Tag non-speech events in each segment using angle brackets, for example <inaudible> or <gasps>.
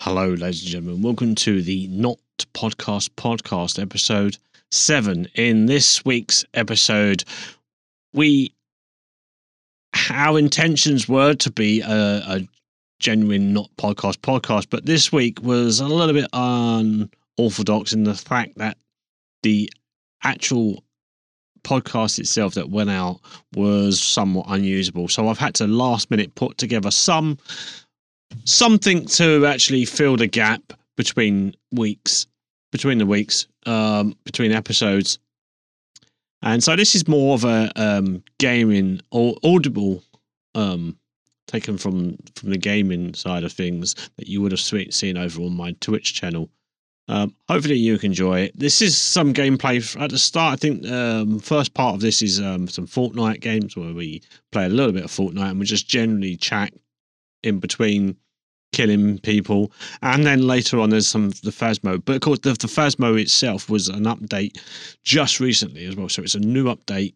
Hello, ladies and gentlemen. Welcome to the Not Podcast Podcast, episode seven. In this week's episode, we our intentions were to be a, a genuine Not Podcast Podcast, but this week was a little bit unorthodox in the fact that the actual podcast itself that went out was somewhat unusable. So I've had to last minute put together some something to actually fill the gap between weeks, between the weeks, um, between episodes. And so this is more of a um, gaming or audible um, taken from from the gaming side of things that you would have swe- seen over on my Twitch channel. Um, hopefully you can enjoy it. This is some gameplay f- at the start. I think um, first part of this is um, some Fortnite games where we play a little bit of Fortnite and we just generally chat in between killing people. And then later on, there's some the Phasmo. But of course, the, the Phasmo itself was an update just recently as well. So it's a new update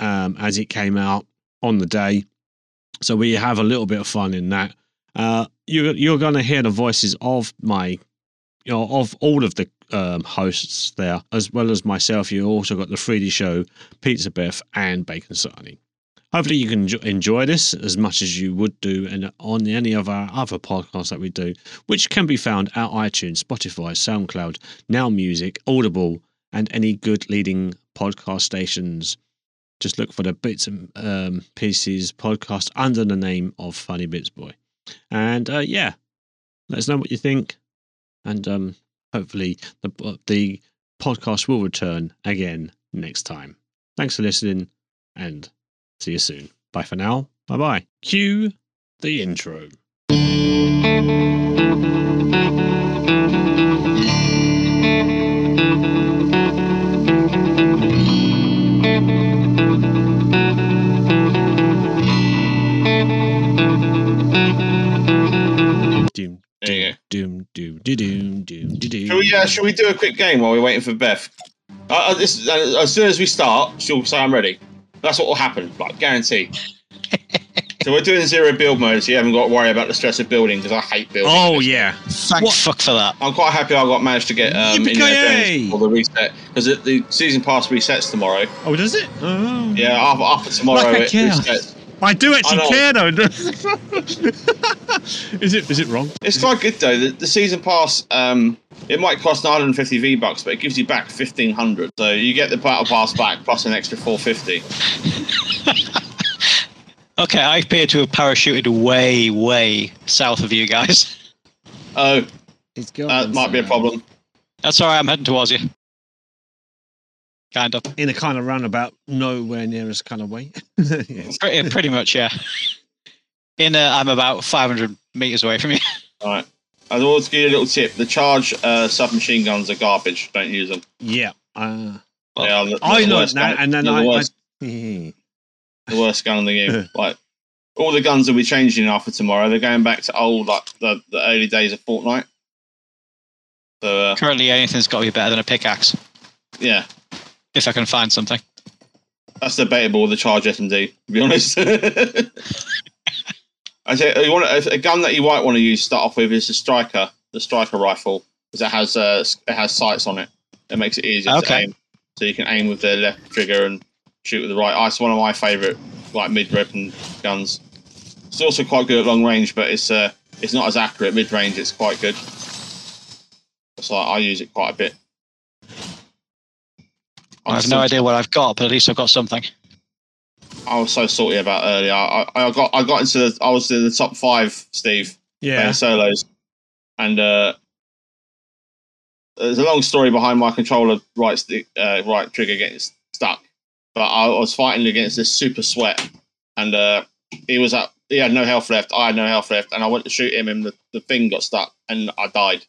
um, as it came out on the day. So we have a little bit of fun in that. Uh, you, you're going to hear the voices of my, you know, of all of the um, hosts there, as well as myself. You also got the 3D show, Pizza Beth, and Bacon Sarnie. Hopefully, you can enjo- enjoy this as much as you would do and on any of our other podcasts that we do, which can be found at iTunes, Spotify, SoundCloud, Now Music, Audible, and any good leading podcast stations. Just look for the Bits and um, Pieces podcast under the name of Funny Bits Boy. And uh, yeah, let us know what you think. And um, hopefully, the, the podcast will return again next time. Thanks for listening and. See you soon. Bye for now. Bye bye. Cue the intro. Doom, There you go. doom, doom, doom, doom, doom, doom. Shall we, uh, shall we do a quick game while we're waiting for Beth? Uh, uh, this, uh, as soon as we start, she'll say, I'm ready. That's what will happen, like, guarantee. so we're doing zero build mode, so you haven't got to worry about the stress of building, because I hate building. Oh, yeah. Thank What? fuck for that. I'm quite happy I got managed to get um, Oh. in Yippee-ki-yay! there for the reset, because the season pass resets tomorrow. Oh, does it? Oh. Yeah, after, after tomorrow Like I it care. resets. I do actually I know. care though. <laughs> is it is it wrong? It's quite good, though. The, the season pass, um, it might cost 950 V-Bucks, but it gives you back 1500 So you get the battle pass back, plus an extra 450 Okay, I appear to have parachuted way, way south of you guys. <laughs> Oh, It's gone. That might be a somehow. problem. That's alright, I'm heading towards you. Kind of. In a kind of roundabout, nowhere near us kind of way. <laughs> yes. Pretty, pretty much, yeah. In uh, I'm about 500 meters away from you. <laughs> All right. I'd always give you a little tip. The charge uh, submachine guns are garbage. Don't use them. Yeah. Uh, They are the, I they're the learned worst that, gun- and then they're I, I the worst, yeah, the worst gun in the <laughs> game. like all the guns will be changing after tomorrow. They're going back to old like the, the early days of Fortnite. So uh, Currently, anything's got to be better than a pickaxe, yeah, if I can find something. that's debatable with the charge SMD. To be honest. <laughs> I say you want a, a gun that you might want to use. to Start off with is the striker, the striker rifle, because it has uh, s- it has sights on it. It makes it easier to Okay. aim, so you can aim with the left trigger and shoot with the right. Oh, It's one of my favourite like mid weapon guns. It's also quite good at long range, but it's uh it's not as accurate mid range. It's quite good. So I use it quite a bit. I have still no idea what I've got, but at least I've got something. I was so salty about earlier. I, I I got I got into the I was in the top five, Steve, playing solos, and uh, there's a long story behind my controller right sti- uh, right trigger getting s- stuck. But I was fighting against this super sweat, and uh, he was up. He had no health left. I had no health left, and I went to shoot him, and the, the thing got stuck, and I died.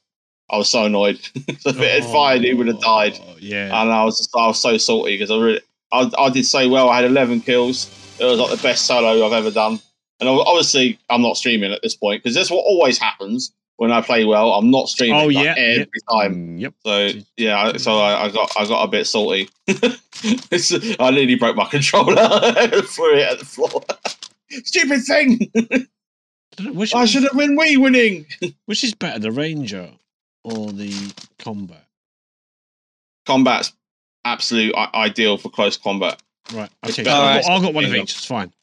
I was so annoyed. <laughs> if it had fired, he would have died Oh. Uh, Yeah. and I was just, I was so salty because I really I, I did so well. I had 11 kills. It was like the best solo I've ever done. And ob- obviously, I'm not streaming at this point because that's what always happens when I play well. I'm not streaming. Oh, like, yeah, every time. Mm, yep. So yeah, I- so I, I got I got a bit salty. <laughs> It's- I <laughs> nearly <laughs> broke my controller, threw it at the floor. Stupid thing. don't know, which, I should have been we winning. which is better, the Ranger or the combat? Combat's absolute I- ideal for close combat. Right. It's Okay. better. I've, got, Alright. I've got one of Bingo. each. It's fine.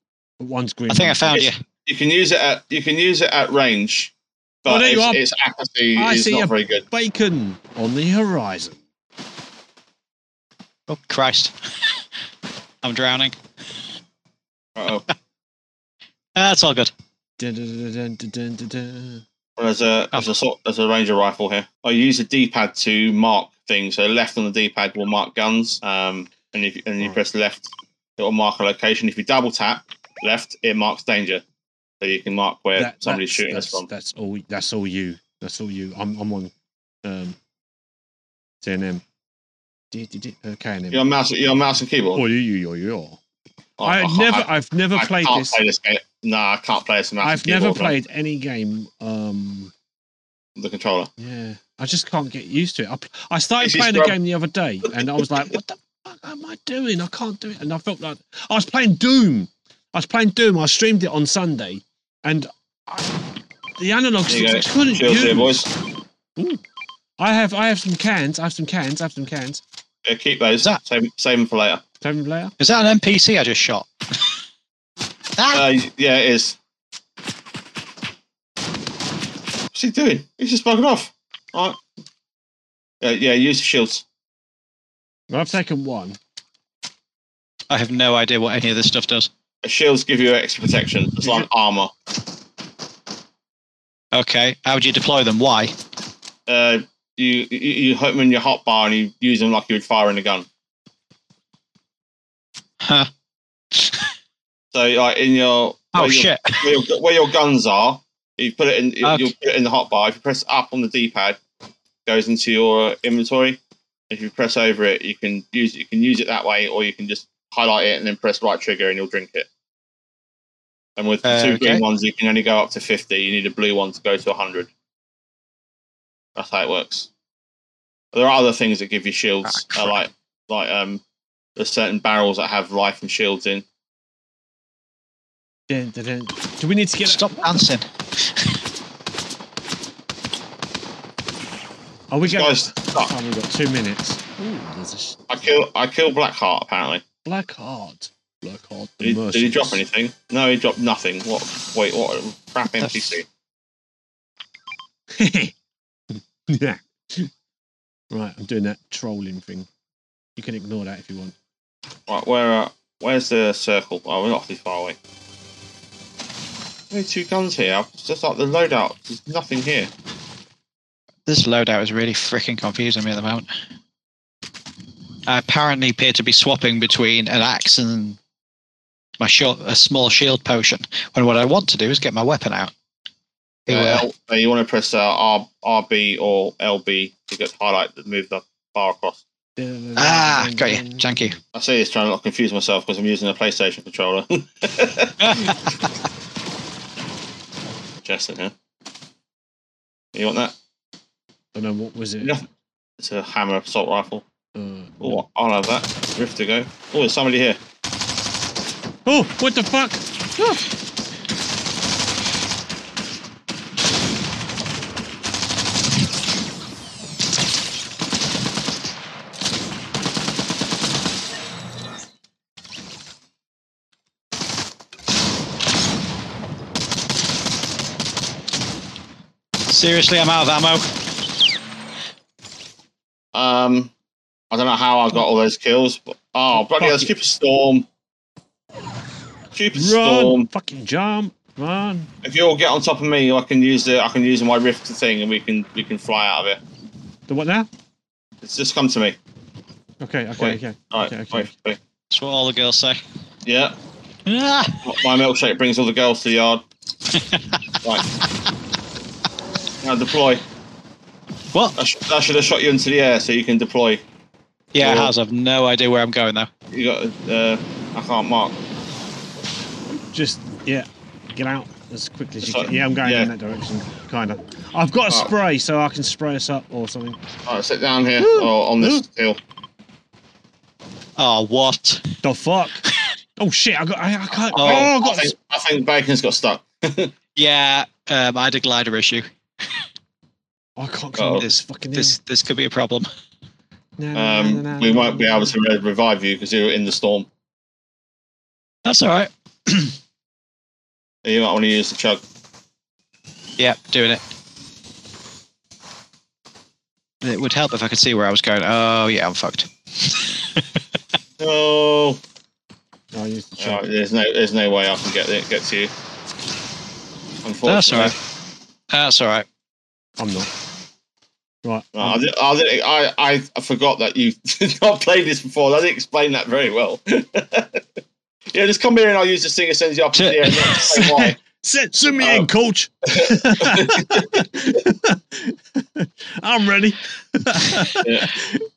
One's green. I think I one's found you. It's- You can use it at you can use it at range, but Oh, there you its, are. its accuracy I is see not a- very good. bacon on the horizon. Oh Christ! <laughs> I'm drowning. <laughs> Uh-oh. Ah, That's all good. Dun, dun, dun, dun, dun, dun, dun. Well, there's a there's a sort there's a ranger rifle here. I use the D-pad to mark things. So left on the D-pad will mark guns. Um, and if and you press left, it will mark a location. If you double tap left, it marks danger. So you can mark where That- somebody's that's- shooting us that's, from. That's all. That's all you. That's all you. I'm. I'm on. Um. TNM. D- D- D- uh, KNM. Your mouse, your mouse and keyboard. Oh, you, you, you, you. Oh, I can't- never. I've never I played can't this. play this game. No, I can't play this. mouse and I've never keyboard on played any game. Um. the controller. Yeah, I just can't get used to it. I, p- I started This is playing a prob- game the other <laughs> day, and I was like, "What the fuck am I doing? I can't do it." And I felt like I was playing Doom. I was playing Doom. I streamed it on Sunday, and I, the analog There you sticks I couldn't Cheers, use. here, boys. I have, I have some cans. I have some cans. I have some cans. Yeah, keep those. That- Save, save them for later. Seven player. Is that an NPC I just shot? <laughs> Uh, ah, yeah, it is. What's he doing? He's just bugging off. Alright. Uh, yeah, use the shields. Well, I've taken one. I have no idea what any of this stuff does. Uh, Shields give you extra protection. It's like armor. Okay, how would you deploy them? Why? Uh, you, you you hook them in your hot bar and you use them like you would fire in a gun. Huh. So like in your Oh where your- shit! where your, where your guns are, you put it in you- Okay. you'll put it in the hot bar. If you press up on the D pad, goes into your inventory. If you press over it, you can use you can use it that way, or you can just highlight it and then press right trigger and you'll drink it. And with the Uh, two green okay. ones, you can only go up to fifty. You need a blue one to go to hundred. That's how it works. There are other things that give you shields, Ah, uh, like like um, there's certain barrels that have life and shields in. Dun, dun, dun. Do we need to get? <laughs> Stop dancing. Are we going? Guys, stop. Oh, we've got two minutes. Ooh, there's a s- I kill I kill Blackheart apparently. black heart. Black heart. the Did he, did he merciless. drop anything? No, he dropped nothing. What? Wait, what? a Crap That's- NPC. <laughs> yeah. Right, I'm doing that trolling thing. You can ignore that if you want. Right, where? Uh, where's the circle? Oh, we're not this far away. Only two guns here. I've- It's just like the loadout. There's nothing here. This loadout is really freaking confusing me at the moment. I apparently appear to be swapping between an axe and my short, a small shield potion. When what I want to do is get my weapon out. Who, Uh, uh, L- uh, you want to press uh, R, RB or LB to get highlight that move the bar across. Ah, got you. Janky. I see this trying to not confuse myself because I'm using a PlayStation controller. <laughs> Justin, huh? You want that? Don't know what was it. No. It's a hammer assault rifle. Uh, Oh, I'll have that. Rift to go. Oh, there's somebody here. oh, what the fuck? Ah. Seriously, I'm out of ammo. Um, I don't know how I got all those kills. But, oh, bloody hell, Fuck it. stupid storm. Stupid Run! storm. Fucking jump! Run! If you all get on top of me, I can use the I can use my rift thing, and we can we can fly out of it. The what now? It's just come to me. Okay, okay, Wait. okay. All right, Okay, okay. wait, wait. That's what all the girls say. Yeah, Ah, my milkshake brings all the girls to the <laughs> yard. right. Now deploy. what? I, sh- I should have shot you into the air so you can deploy. Yeah, it Well- has. I've no idea where I'm going though. You got. Uh, I can't mark. Just yeah, get out as quickly as you Sorry. can. Yeah, I'm going Yeah. in that direction, kinda. I've got a Oh. spray, so I can spray us up or something. All right, sit down here Woo. or on this hill. Oh, what? <laughs> The fuck? oh shit! I got. I, I can't. Oh, I Oh. I got. think, I think Bacon's got stuck. Yeah, um, I had a glider issue. I can't Oh. come this fucking This this could be a problem. No, no, no, no, Um, no, we no, won't be no. able to re- revive you because you were in the storm. That's all right. You might want to use the chug. Yeah, doing it. It would help if I could see where I was going. Oh yeah, I'm fucked. No, Oh, I used the Oh, chart. there's no, there's no way I can get it, get to you. Unfortunately, That's all right. That's all right. I'm not. Right. <laughs> No, I, did, I, did, I, I forgot that you <laughs> have not played this before. I didn't explain that very well. <laughs> yeah, just come here and I'll use the thing that sends you up to the air. and not explain <laughs> why. Set, send me Oh. in, coach. <laughs> <laughs> I'm ready. To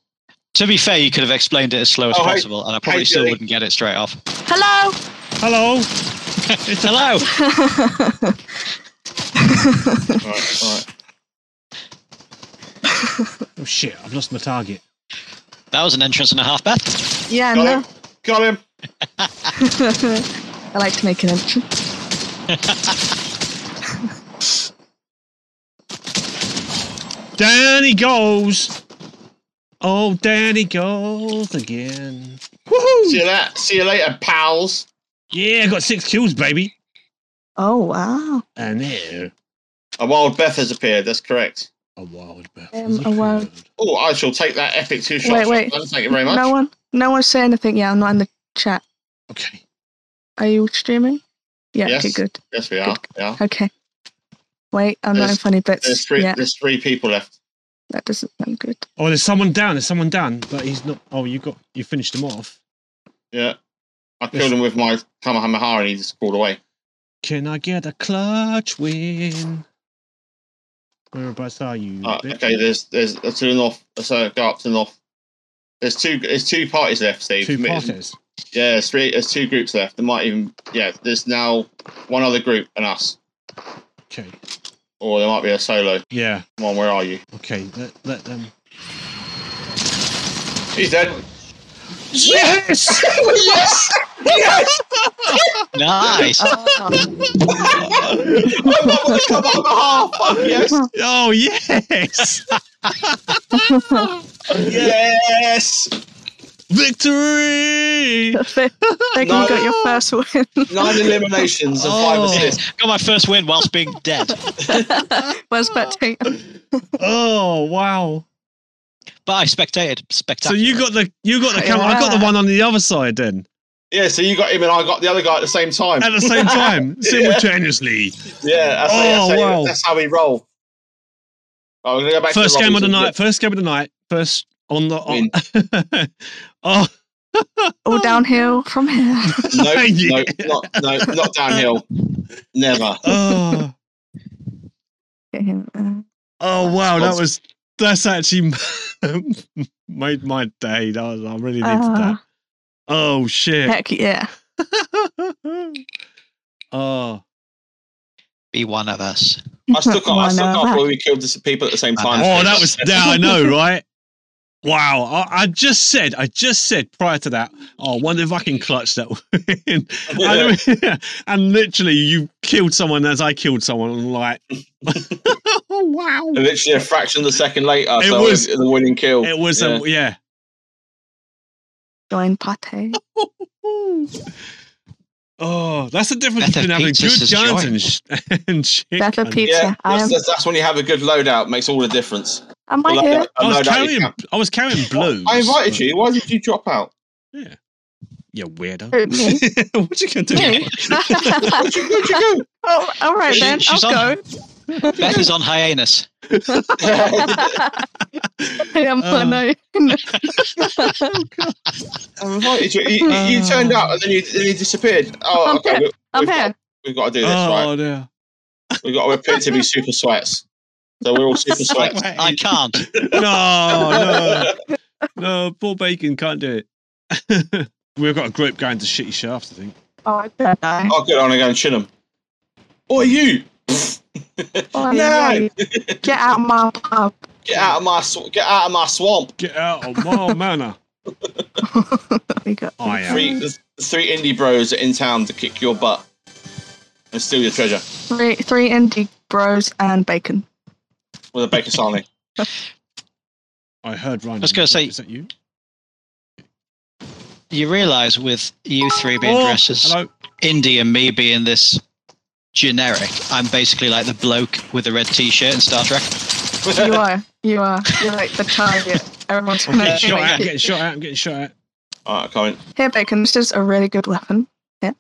be fair, you could have explained it as slow as Oh, hey. possible, and I probably Hey, still Billy. wouldn't get it straight off. Hello. Hello. Hello. All right, all right. Oh shit! I've lost my target. That was an entrance and a half, Beth. yeah, Got no. him. Got him. I like to make an entrance. Down he goes. Oh, down he goes again. See Woohoo! you, that. See you later, pals. Yeah, I got six kills, baby. Oh wow. And there, A wild Beth has appeared. That's correct. a wild bird. Um, has a wild- appeared. Oh, I shall take that epic two shot. Wait, wait. Thank you very much. No one. No one say anything. Yeah, I'm not in the chat. Okay. Are you streaming? Yeah. Yes. Okay. Good. Yes, we are. Yeah. Okay. Wait, I'm not in There's- funny bits. There's three. yeah, There's three people left. that doesn't sound good. <laughs> Oh, there's someone down. There's someone down, but he's not. Oh, you got you finished him off. Yeah. I There's- killed him with my Kamehameha and he just crawled away. Can I get a clutch win? Whereabouts are you? Uh, bitch? okay, there's there's uh, to the north. So go up to the north. There's two. There's two parties left, Steve. Two Mi- parties. Yeah, there's three. There's two groups left. There might even yeah. There's now one other group and us, Okay. or there might be a solo. Yeah. Come on, where are you? Okay. Let let them. He's dead. Yes. yes. Yes. Nice. I'm not with Kamehameha. Fuck yes. oh yes. Yes. Victory. Fig, Fig, you got your first win. <laughs> Nine eliminations and five Oh. assists. Got my first win whilst being dead. Where's spectating? Oh wow. But I spectated. So Spectacular. you got the you got the camera. I got the Yeah. one on the other side then Yeah. So you got him and I got the other guy at the same time. at the same <laughs> time simultaneously. Yeah, that's, Oh, that's, how, wow. that's how we roll. I'm gonna go back First to game of the Robinson. night. First game of the night. First on the on. Win. <laughs> oh All downhill from here. No, <laughs> Yeah. no, not, no, not downhill. Never. oh Get him. Uh, oh wow. That was that's actually <laughs> made my day. That was, I really needed that. ah, Oh shit. heck yeah. oh be one of us. I stuck up. I One stuck of up us. where we killed the people at the same time. Oh, that was now I know, right? Wow, I, I just said, I just said prior to that. Oh, I wonder if I can clutch that win. <laughs> Yeah. <laughs> And, and literally, you killed someone as I killed someone. I'm like, <laughs> oh wow, Literally a fraction of a second later, It so was- was the winning kill. it was oh, um, yeah. a yeah. Join Pate. Oh, that's the difference Better between having pizzas good is guns and, sh- <laughs> and shit. Better guns. pizza. yeah, I that's, am. that's, that's when you have a good loadout. Makes all the difference. Am A I here? loadout- a I was loadout is carrying, count. I was carrying blues. I invited you. Why did you drop out? You weirdo. Who, <laughs> me? what you gonna do? Me? Where'd you, where'd you <laughs> <laughs> oh, all right She- then. she's I'll on- go. Beth is on hiatus. <laughs> go? I am Uh. funny. I invited you. You, you- you turned out and then you, then you disappeared. Oh, I'm okay. here. we- I'm we've got- here. we've got to do this, right? Oh no. We've got we're picked to be super sweats. So we're all super sweats. Wait. I can't. no, no, no. Paul Bacon can't do it. <laughs> We've got a group going to Shitty Shafts, I think. Oh, I bet I. I'll get on and go and chin them. Oi, you! Pfft. Oi, no! oi. Get out of my pub. Get out of my sw- get out of my swamp. Get out of my manor. We got I am. Three, there's three indie bros are in town to kick your butt. and steal your treasure Three, three indie bros and bacon. with a bacon salami. I heard Ryan. was gonna say- is that you? You realise with you three being Oh, dressed as Hello. indie and me being this generic, I'm basically like the bloke with the red T-shirt in Star Trek. You are. You are. You're like the target. Everyone's I'm getting <laughs> shot gonna at. I'm shoot getting you. shot at. I'm getting shot at. All right, Colin. Here, bacon. This is a really <laughs> good weapon.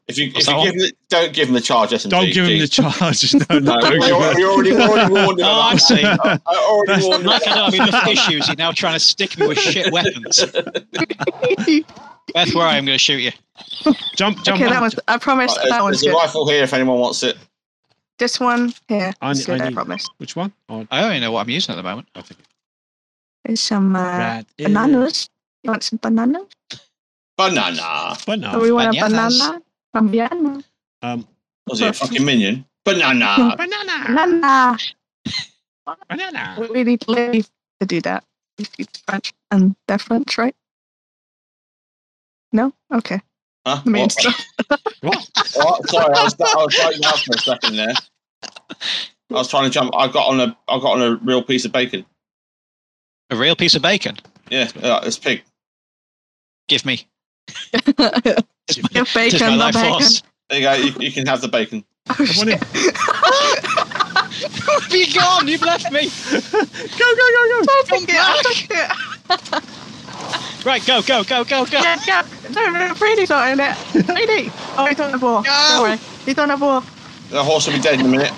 If you, if What's you that give him the, don't give him the charge, SMG. Don't give him the charge. <laughs> No, no, No, don't we give him already, we already, we already warned him. Oh, about I <laughs> see. that. I I already That's- warned him. Like I don't have <laughs> enough issues. You're now trying to stick me with shit weapons. Beth, where I am going to shoot you. Jump, jump. Okay, that up. one's. I promise Right, that there's one's there's a good. rifle here if anyone wants it. This one here. I is need- good, I I, need- promise. Which one? Oh, I don't even know what I'm using at the moment. I think. It's some uh, That is- bananas. You want some bananas? Banana. Do Banana. we want bananas. a banana from Vietnam? Um, Was he a fucking minion? <laughs> Banana. banana. Banana. Banana. We- We need Lily to do that. We need French, and they're French, right? No. Okay. Huh? I mean, What? <laughs> What? Oh, sorry, I was, I was biting out for a second there. I was trying to jump. I got on a. I got on a real piece of bacon. A real piece of bacon. Yeah, uh, it's pig. Give me. Give It is my bacon, the life force. bacon. There you go. You, you can have the bacon. <laughs> Oh, I want shit. it. <laughs> Be gone! You've left me. Go, go, go, go. Don't take it, back. don't take it. Right, go, go, go, go, go. Yeah, yeah. No, no, Brady's not in it. Brady. Oh, he's on the ball. Don't worry. He's on the ball. The horse will be dead in a minute.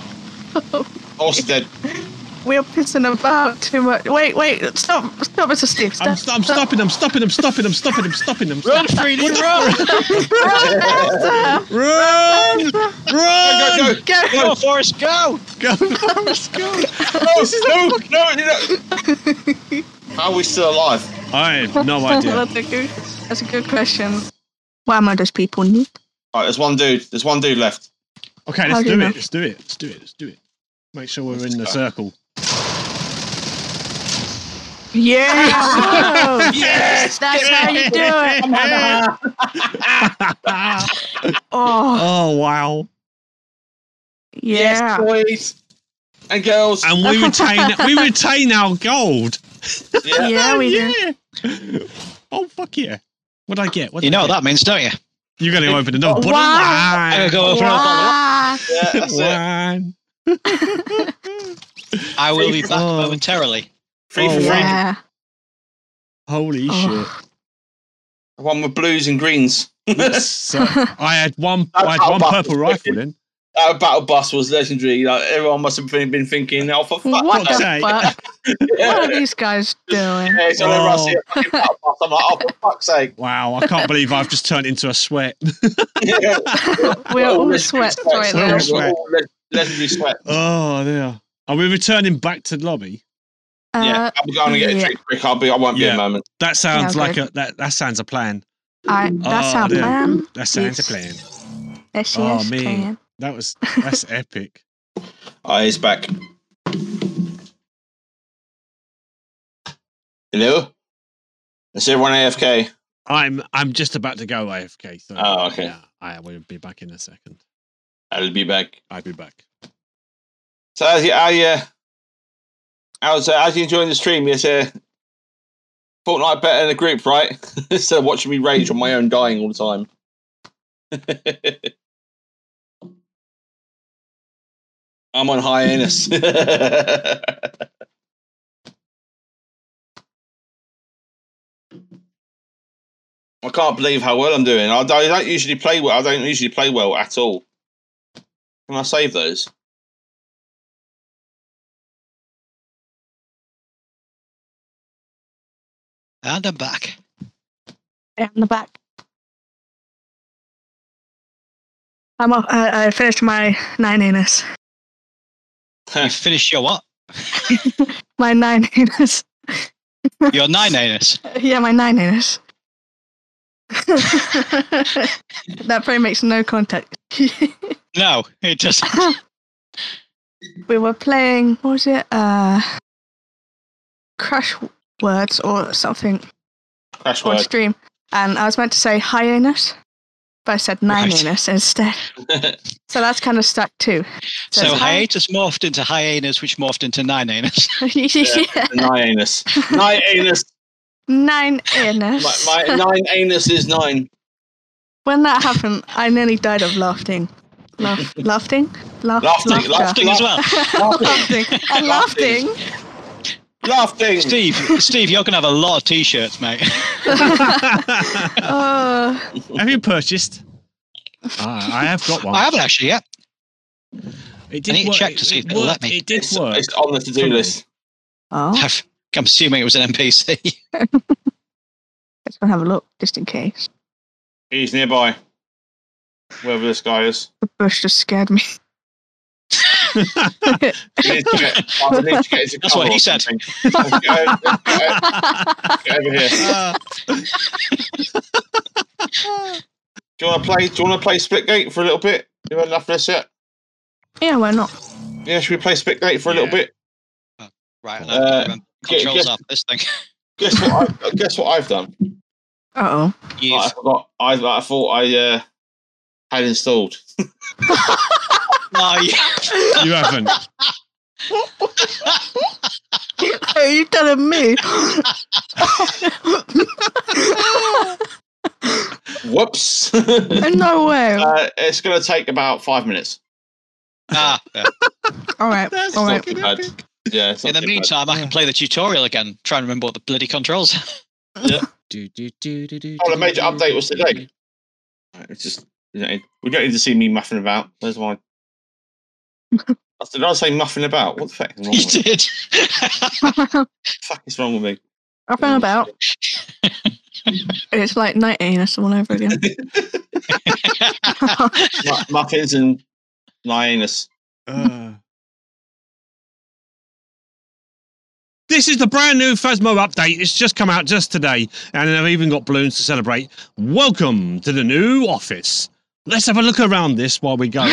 Oh, Horse is dead. We're pissing about too much. Wait, wait. Stop, stop, Mr. Steve. Stop. I'm, st- I'm stopping. I'm stopping. I'm stopping. I'm stopping. I'm stopping. I'm Run, stopping. Freedy, run! <laughs> Stop. Run! Run! <laughs> Go, go, Go. Go, Forrest, go! Go, Forrest, go. no, no, no, no, <laughs> How are we still alive? I <laughs> have no idea. That's a good, that's a good question. Why am I those people need? All right, there's one dude. There's one dude left. Okay, How let's do you do know? it. Let's do it. Let's do it. Let's do it. Make sure we're Ah. in the circle. <laughs> Yeah. Yes. that's how you do it. Oh, oh wow! <laughs> yeah. boys and girls. And we retain we <laughs> retain our gold. yeah. Yeah, we do. yeah. Oh fuck yeah! What would I get? What You know what that means, don't you? You're gonna open another bottle. Wow. I'm going to Wine. go open another bottle. Wow. yeah, <laughs> that's it. Wine. I will be back Oh. momentarily. Free for Oh, free. wow. Yeah. Holy Oh. One with blues and greens. shit! <laughs> So, I had one. I had one purple rifle then. That battle bus was legendary. Like everyone must have been been thinking, "Oh, for fuck!" What fuck's the sake. fuck? What are Yeah, these guys doing? so whenever I see Oh. a fucking battle bus, I'm like, "Oh, for fuck's <laughs> sake!" Wow! I can't believe I've just turned into a sweat. <laughs> Yeah. <laughs> We're Well, all legendary sweats sweats. right We're now. all sweat. We're all le- Legendary sweat. Oh dear. Are we returning back to the lobby? yeah, Uh, I'm going to get a yeah. drink quick. I'll be. I won't Yeah. be a moment. That sounds Yeah, like okay. a that, that sounds a plan. I, that's Oh, our dear. plan. That sounds a Yes. plan. Yes, she Oh, is me. plan. That <laughs> was that's epic. Ah, he's back. Hello. Is everyone AFK? I'm I'm just about to go AFK. So Oh, okay. yeah, I will be back in a second. I'll be back. I'll be <laughs> back. <laughs> So, how's you, how you, how's, uh, how's you enjoying the stream? Yes, uh, Fortnite better in a group, right? <laughs> Instead of watching me rage on my own, dying all the time. <laughs> I'm on highness. <laughs> I can't believe how well I'm doing. I don't I don't usually play well. I don't usually play well at all. Can I save those? And I'm back. Yeah, in the back. I'm off. I, I finished my nine anus. You finished your what? My nine anus. Your nine anus. Yeah, my nine anus. that probably makes no contact. No, it doesn't. we were playing. What was it? Uh, Crush Words or something Crash on word. stream, and I was meant to say hyenas, but I said nine Right. anus instead. so that's kind of stuck too. So So it's hi- hiatus morphed into hyenas, which morphed into nine <laughs> anus. yeah. Nine anus. Nine anus. Nine My, anus. my nine anus is nine. when that happened, I nearly died of laughing. Laugh, laughing? Laugh, Laughing, laughter. laughing. Thing as well. laughing. And Laughing. laughing. Laughing. Steve, Steve, you're gonna have a lot of t-shirts, mate. have Oh, you purchased? Ah, I have got one. I haven't actually yet. It I need to check to see if it'll worked- let me. It did It's, work. it's on the to-do Come on. list. oh. I've, I'm assuming it was an NPC. Let's go and have a look just in case. He's nearby. Wherever this guy is. The bush just <laughs> scared me. We need to get- <laughs> I need to get <laughs> into That's cover what he or said. something. Let's get over- let's get over- get over here. Uh, Do you want to play? Do you want to play Splitgate for a little bit? You had enough of this yet? yeah, why not? Yeah, should we play Splitgate for a little Yeah. bit? right, Uh, uh, get- controls get- off this thing. Guess what? I, guess what <laughs> I've done. <laughs> Uh You've- I forgot. I, I thought I uh, had installed. no, you- <laughs> you <laughs> haven't. oh. You've done a me. <laughs> Whoops. <laughs> uh, no way. it's going to take about five minutes. ah, yeah. All right. All right. fucking bad. Yeah. It's In the not too bad. meantime, I can play the tutorial again. Try and remember what the bloody controls. are. <laughs> Do, do, do, do, do, Oh, the do, major do, update was do, today. It's just you know, we don't need to see me muffing about. <laughs> There's my. I said, did I say muffing about? What the fuck <laughs> is wrong you with me? did. fuck is wrong with me? Up <laughs> and about. It's like night anus all over again. Mu- muffins and my anus. Uh. This is the brand new Phasmo update. It's just come out just today, and I've even got balloons to celebrate. Welcome to the new office. Let's have a look around this while we go.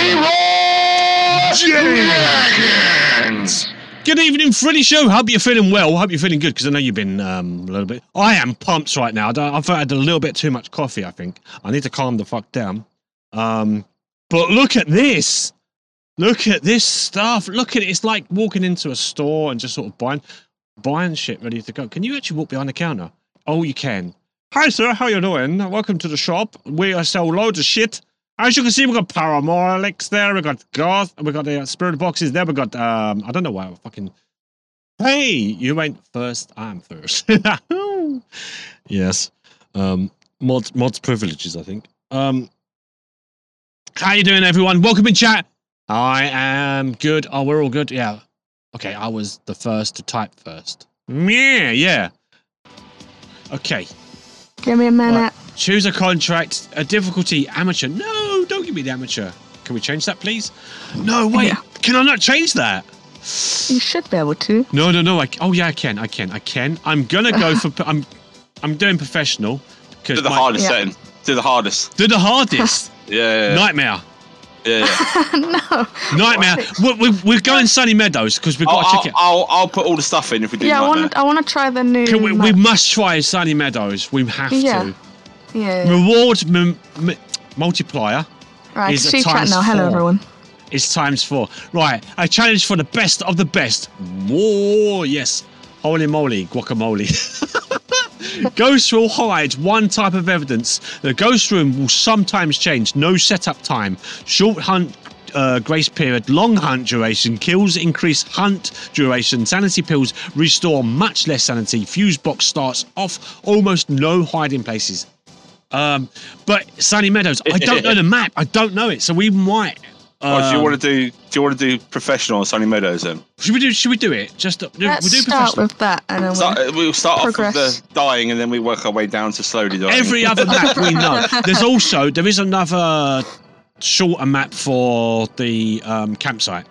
Good evening, Freddy Show. Hope you're feeling well. Hope you're feeling good because I know you've been um, a little bit. I am pumped right now. I don't- I've had a little bit too much coffee. I think I need to calm the fuck down. Um, but look at this. Look at this stuff. Look at it. It's like walking into a store and just sort of buying, buying shit ready to go. Can you actually walk behind the counter? Oh, you can. Hi, sir. How you doing? Welcome to the shop. We sell loads of shit. As you can see, we've got Paramoralics there. We've got Goth. We've got the uh, Spirit Boxes there. We've got, um, I don't know why I fucking. Hey, you went first. I'm first. <laughs> yes. Um, mod, mods privileges, I think. Um, how you doing, everyone? Welcome in chat. I am good. Oh, we're all good. Yeah. Okay, I was the first to type first. Yeah, yeah. Okay. Give me a minute. Choose a contract, a difficulty, amateur. No, don't give me the amateur. Can we change that, please? No, wait. Yeah. Can I not change that? You should be able to. <laughs> No, no, no. I, oh, yeah, I can. I can. I can. I'm gonna go <laughs> for. I'm. I'm doing professional. Cause Do the my- hardest Yeah. setting. Do the hardest. Do the hardest. <laughs> Yeah, yeah, Nightmare. yeah. yeah, <laughs> yeah. no. Nightmare. We're, we're, we're going Sunny Meadows because we've got I'll, to I'll, check it. I'll, I'll put all the stuff in if we do. Yeah, I nightmare. want to. I want to try the oh. new. Can we, we map. must try Sunny Meadows. We have Yeah. to. yeah. Reward m- m- multiplier. Right. I can is see chat times now. Hello, four. everyone. It's times four. Right, a challenge for the best of the best. Whoa, yes. Holy moly, guacamole. <laughs> Ghosts will hide one type of evidence. The ghost room will sometimes change. No setup time. Short hunt uh, grace period. Long hunt duration. Kills increase hunt duration. Sanity pills restore much less sanity. Fuse box starts off. Almost no hiding places. Um, but Sunny Meadows, I don't know the map. I don't know it, so we might. Oh, do you um, want to do? Do you want to do professional on Sunny Meadows then? Should we do? Should we do it? Just do- we'll Let's do start professional. with that, and then Start, we'll- uh, we'll start off Progress. with the dying, and then we work our way down to slowly dying. Every <laughs> other map we know. There's also there is another shorter map for the um, campsite.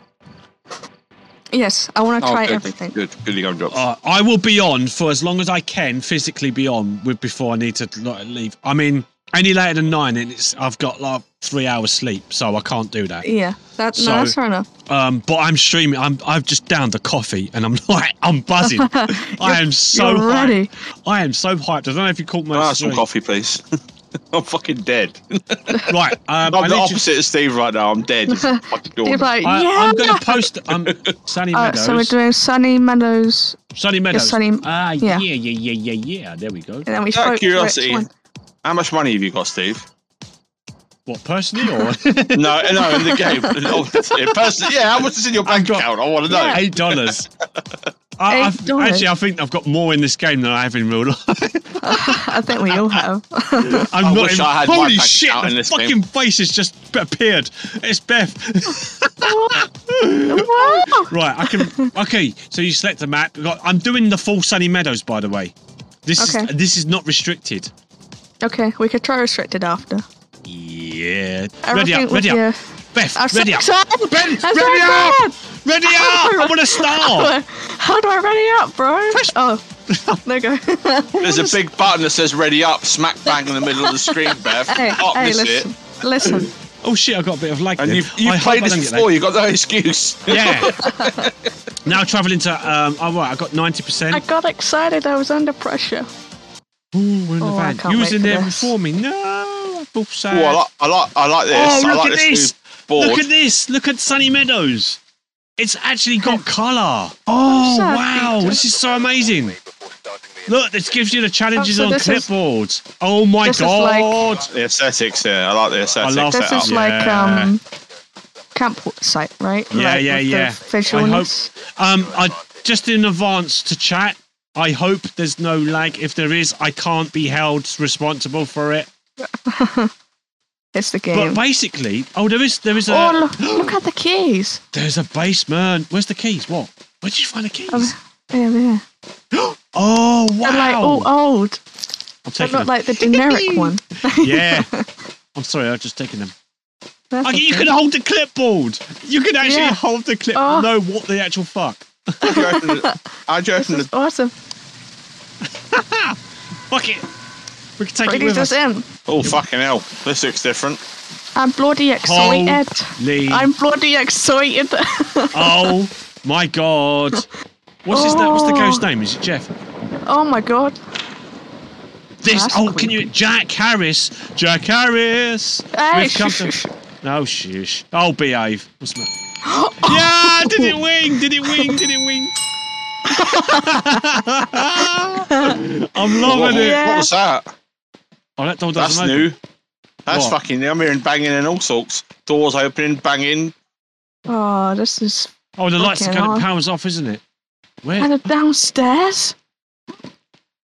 yes, I want to Oh, try good, everything. Good, good. Good. drops. Uh, I will be on for as long as I can physically be on with before I need to like, leave. I mean, any later than nine, and it's I've got like three hours sleep, so I can't do that. Yeah, that's So- no, that's fair enough. Um, but I'm streaming. I'm I've just downed the coffee, and I'm <laughs> like I'm buzzing. I am so <laughs> You're hyped. ready. I am so hyped. I don't know if you caught my Ah, some stream. coffee, please. <laughs> I'm fucking dead. Right. Um, I I'm the need to- opposite of Steve right now. I'm <laughs> dead. It's fucking He's gone. like, I, yeah. I'm going to post. I'm <laughs> Sunny Uh, Meadows. so we're doing Sunny Meadows, Sunny Meadows. Sunny- Ah, yeah, yeah. yeah, yeah, yeah, yeah. There we go. and then we Out vote of for which curiosity, one. how much money have you got, Steve? What personally <laughs> or <laughs> No, no, in the game. <laughs> No, that's it. Person, yeah, how much is in your bank got- account? I want to know. eight dollars? I, I've- $8? Actually, I think I've got more in this game than I have in real life. <laughs> I think we all <laughs> have. I'm I not. wish even- I had my holy bank shit! account in The this game. fucking face has just appeared. It's Beth. <laughs> wow. right. I can. Okay. So you select the map. We've got- I'm doing the full Sunny Meadows, by the way. This Okay. is this is not restricted. Okay, we could try restricted after. Yeah. I ready think up. with Ready up. your- Beth. I'm so ready up. Oh, excited. Ben, I'm so ready up! excited. <laughs> Ready How up! do I- I want to <laughs> start. How do I ready up, bro? Oh, there you go. <laughs> There's a big button that says ready up, smack bang in the middle of the screen, Beth. <laughs> hey, Up hey, this listen, it. listen. Oh shit! I got a bit of lag. And then. you've, you've I hope played I this don't get before, you've got <laughs> no excuse. lag. Yeah. now traveling to um. All right, I got ninety percent. I got excited. I was under pressure. Ooh, we're in the Oh, I van. can't You was wait in for there this. before me. No, I feel sad. Ooh, I, like, I, like, I like this. Uh, Oh, I look like at new this. board. Look at this. Look at Sunny Meadows. It's actually <laughs> got colour. Oh, sad, wow. Peter. This is so amazing. Look, this gives you the challenges Oh, so on this is- clipboards. oh, my this is God. like- the aesthetics here. I like the aesthetics. love- This set up. is like Yeah. um campsite, right? Yeah, Like, yeah, with yeah. I The visualness. Um, I just in advance to chat. I hope there's no lag. If there is, I can't be held responsible for it. It's the But game. basically, oh, there is there is a oh, look, look at <gasps> the keys. there's a basement. Where's the keys? What? Where did you find the keys? Yeah, yeah. <gasps> Oh wow! They're like all old. I'm They're taking not them. like <laughs> the generic one. yeah. <laughs> I'm sorry, I've just taken them. That's Okay, you okay. can hold the clipboard. You can actually Yeah. hold the clip. Oh. No, what the actual fuck? How'd you open <laughs> the- how'd you This open is the- awesome. Fuck it. We can take it Pretty with us. just in. Oh, fucking hell. This looks different. I'm bloody excited. Lee. I'm bloody excited. <laughs> oh my god. What's his name? What's the Oh. ghost name? Is it Jeff? oh my god. This. That's oh, can creepy. you? Jack Harris. Jack Harris. Hey, We've come shh, to- shh, shh. No, shush. Oh, behave. What's that? yeah, did it wing? Did it wing? Did it wing? <laughs> I'm What, loving it. Yeah. what was that? Oh, that door That's doesn't open. new. That's What? fucking new. I'm hearing banging and all sorts. Doors opening, banging. Oh, this is Oh, the lights are Fucking kind of hell. powers off, isn't it? Where? kind of downstairs.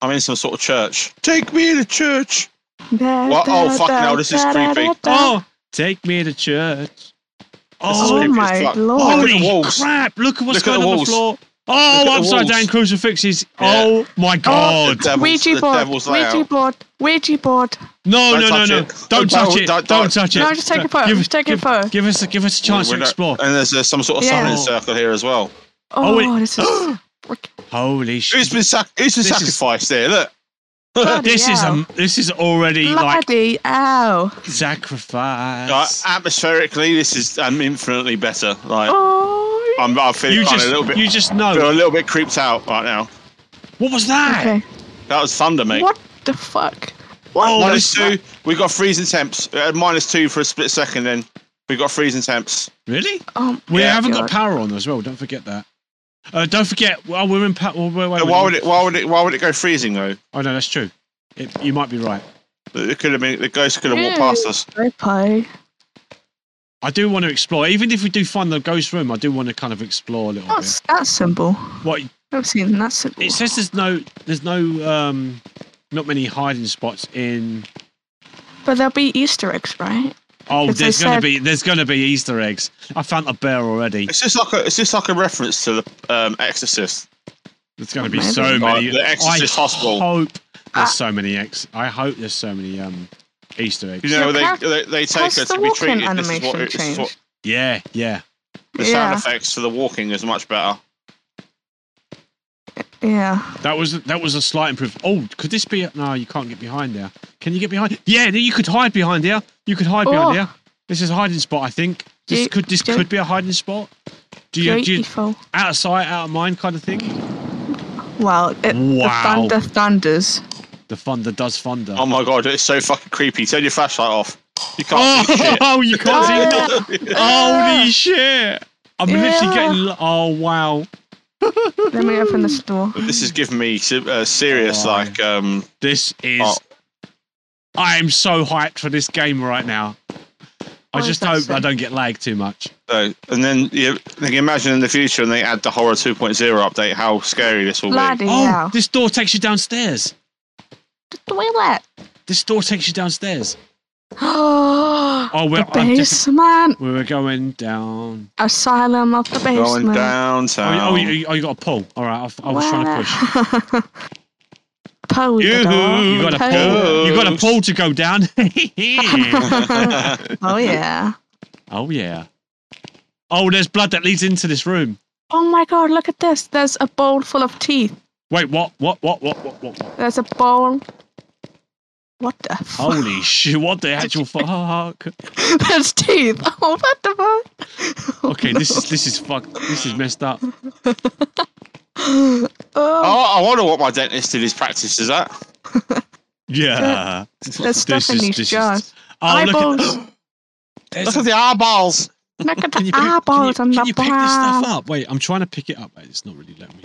I'm in some sort of church. Take me to church. Da, What? Oh, da, fuck, da, no, this is da, da, creepy. da, da. Oh, take me to church. This is Oh, creepy. creepy my as fuck. lord. Look at holy the walls. crap! Look at what's Look at going the on the walls. floor. Oh, Look at the upside down walls. crucifixes. Yeah. Oh my The god! devil's, Ouija the board, devil's Ouija layout. board, Ouija board. no, no, Don't no, touch no! it. Don't Don't- touch it! don't- Don't don't. touch it! No, just take a photo, Give- just take a give- photo. Give us, a- give us a chance to We're not- explore. And there's uh, some sort of Yeah. silent circle here as well. Oh, Oh, wait. <gasps> this is <gasps> frick- Holy Who's shit! been, sac- who's been This is- sacrificed there? Look. bloody This is hell. um, this is already like bloody ow. sacrifice. Right, atmospherically, this is um, infinitely better. Like, Oh, I'm, I'm feeling you kind just, of a little bit, you just know. feel a little bit creeped out right now. What was that? okay. That was thunder, mate. What the fuck? What Oh, the Minus fuck? two. We got freezing temps. Uh, minus two for a split second. Then we got freezing temps. Really? Oh, We Yeah. haven't got God. power on as well. Don't forget that. Uh, don't forget. Well, we're in. Pa- well, wait, wait, Uh, why wait. would it? Why would it? Why would it go freezing though? Oh no, that's true. It, you might be right. It could have been. The ghost could have walked past Hmm. us. Pie. I do want to explore, even if we do find the ghost room. I do want to kind of explore a little What's that symbol? bit. What I've seen that symbol. it says there's no, there's no, um, not many hiding spots in. But there'll be Easter eggs, right? Oh, Because they there's gonna said- be, there's gonna be Easter eggs. I found a bear already. It's just like a. It's just like a reference to the um, Exorcist. There's gonna be Maybe. so Oh, many. the Exorcist I Hospital. hope Ah. there's so many ex. I hope there's so many um Easter eggs. You know, Yeah, they, how's- they they take how's her the to be walking treated. This is what. animation This is what changed? Yeah, yeah. the Yeah. sound effects for the walking is much better. Yeah. That was that was a slight improvement. Oh, could this be? No, you can't get behind there. Can you get behind? Yeah, you could hide behind here. You could hide Oh. behind here. This is a hiding spot, I think. This Do- could this do- could be a hiding spot. Do you, do you Beautiful. out of sight, out of mind kind of thing? Well, it, Wow. the thunder thunders. The thunder does thunder. Oh my god, it's so fucking creepy. Turn your flashlight off. You can't <laughs> see shit. <laughs> oh, you can't see nothing. Holy shit! I'm literally Yeah. getting. l- Oh wow! Let me open this door. <laughs> This is giving me se- uh, serious, Oh, like, um, This is. Oh. I am so hyped for this game right now. I Why is just that hope so? I don't get lagged too much. no. and then you, like, imagine in the future when they add the horror 2.0 update, how scary this will be. Bloody Oh, hell. this door takes you downstairs. The toilet. <gasps> This door takes you downstairs. Oh, Oh, we're the I'm diff- basement. we were going down. Asylum of the basement. Going Oh, you- downtown. oh, you, oh, you got a pull. All right, I, f- I was trying to push. <laughs> push. Pull the door. Yoo-hoo. You got a Pull. pull. You got a Ghost. pull to go down. oh yeah. <laughs> oh yeah. Oh, there's blood that leads into this room. Oh my god, look at this. There's a bowl full of teeth. Wait, what? What? What? What? What? What? what? There's a bowl. What the fuck? <laughs> Holy shit! What the actual fuck? There's teeth. <laughs> Oh, what the fuck? Okay, this is this is fucked. This is messed up. Oh, <laughs> Oh, I wonder what my dentist did his practice. Is that? Yeah. there's stuff this in is- these this is- jars. Oh, look Eyeballs. at. There's Look at the eyeballs. Look <laughs> Can at the you pick, eyeballs can you, can on the you pick this stuff brow. up? Wait, I'm trying to pick it up. Wait, It's not really letting me.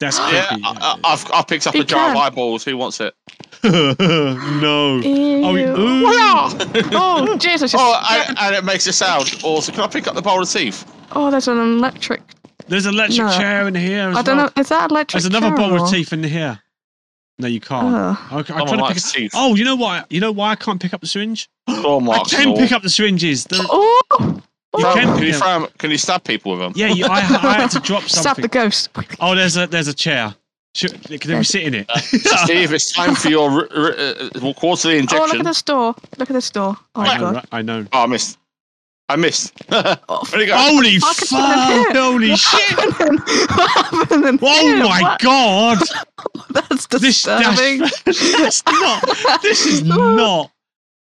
That's creepy. Yeah, uh, I, I- I've, I've picked up You a jar of can. eyeballs. Who wants it? no. Oh, we- Ew. ooh. Oh, Jesus. it's- Oh, and, and it makes a sound. Also, can I pick up the bowl of teeth? oh, there's an electric. There's an electric No. chair in here. As I don't well. know. Is that electric? There's another chair bowl or- of teeth in here. No, you can't. Ugh. I, I'm trying Someone to pick likes teeth. Oh, you know why? You know why I can't pick up the syringe? Claw marks. I and can all. pick up the syringes. They're- Oh, You Throw 'em. can can, pick you them. throw 'em- can you stab people with them? Yeah, you, I, I had to <laughs> drop stab the something. ghost. Oh, there's a there's a chair. Should, can we sit in it? Steve, it's time for your r- r- uh, uh, quarterly <laughs> Oh, look injection. at Oh, this door. Look at this door. Oh, my I know. God. right? I know. I missed. I missed. there Oh, <laughs> you go. Holy fuck fuck! is in here? <laughs> Holy What shit! happened? What happened in Oh here? my What? god! <laughs> That's <laughs> This disturbing. that's, that's not. This is not.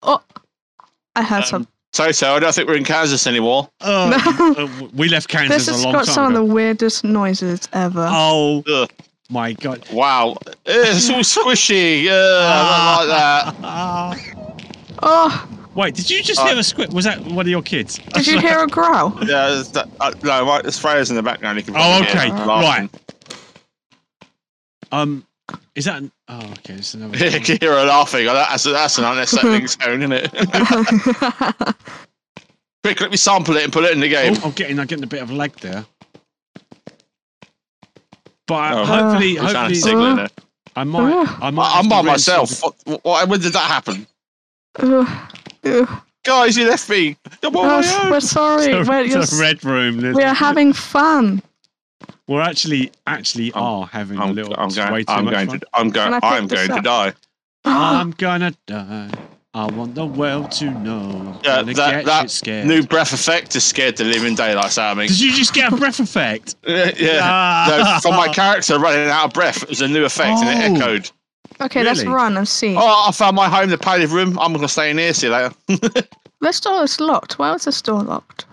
I had Um, some. Toto, I don't think we're in Kansas anymore. Uh, No. uh, we left Kansas This a has long got time some ago. of the weirdest noises ever. Oh Ugh. my god! Wow. Eh, It's all squishy. Uh, I don't like that. Ah. Oh, Wait, did you just Uh, hear a squib? Was that one of your kids? <laughs> did you hear a growl? <laughs> Yeah, it's that, uh, no, right, there's Freya's in the background. You can Oh, probably hear okay, her laughing. Um, is that? An, oh, okay. It's <laughs> another. You can hear her laughing. Oh, That's, that's <laughs> an unsettling sound, isn't it? <laughs> oh, Quick, let me sample it and put it in the game. Oh, I'm getting, I'm getting a bit of lag there. But Oh. hopefully, It's Anna hopefully, Sigler, isn't it? I might, <laughs> I might. I- have I'm to by rent myself. something. What, what, when did that happen? oh, Guys, you left me. I'm on my own. we're <laughs> sorry. So- we're, it's a just- red room. There's- we are having fun. <gasps> We're actually, actually, I'm- are having a I'm, little. I'm it's going. way too I'm much going fun. to. I'm Can going. I pick I'm this going to up? die. I'm gonna die. I want the world to know. Yeah, Gonna that- get that shit scared. New breath effect has scared the living daylights out of me. Did you just get a breath effect? <laughs> yeah. No, Ah. from my character running out of breath, it was a new effect and Oh. it echoed. okay, let's Really? run and see. Oh, I found my home, the padded room. I'm gonna stay in here. See you later. This door is locked. Why is this door locked?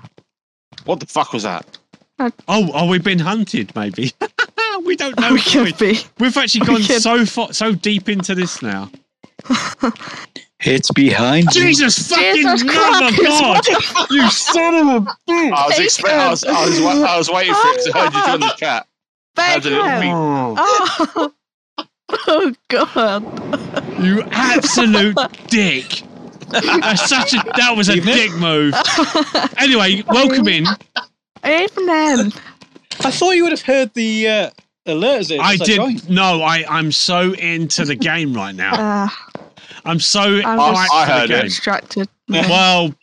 What the fuck was that? <laughs> Oh, oh, we've been hunted, maybe. <laughs> we don't know. <laughs> we do we? could be. We've actually we gone could- so far, so deep into this now. It's behind you. Jesus fucking <laughs> Jesus <laughs> mother Christ, God! You son of a I was Bacon. expect- I was, I was, wa- I was waiting for it to heard you join the chat. Had a little Bacon. peep. bitch! <laughs> Oh. oh <laughs> god. You <laughs> absolute dick! That's such a that was a Evening. dick <laughs> move. Anyway, welcome in. Evening. I thought you would have heard the uh, alert as it I as did "Oh, joined. no, I I'm so into the game right <laughs> now. Uh, I'm so hyped I for the heard game. it. distracted. Well,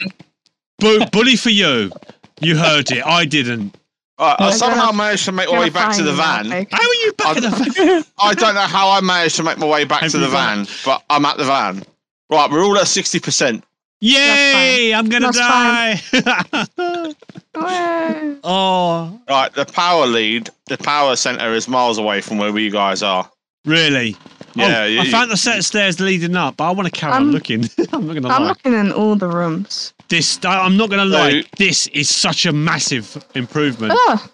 bu- bully for you. You heard it. I didn't. Alright, I Yeah. somehow managed to make my way Gonna back to find the you out, van. <laughs> Bacon. How are you back in <laughs> the van? I don't know how I managed to make my way back Have to you the got van, but I'm at the van. Right, we're all at sixty percent. Yay! I'm gonna That's fine. die. <laughs> Way. oh, Right, the power lead, the power center is miles away from where you guys are. really? Yeah, oh, you- I found the set of stairs leading up, but I want to carry on I'm- looking. <laughs> I'm not going to lie. I'm looking in all the rooms. this, I- I'm not going to No. lie. This is such a massive improvement Oh,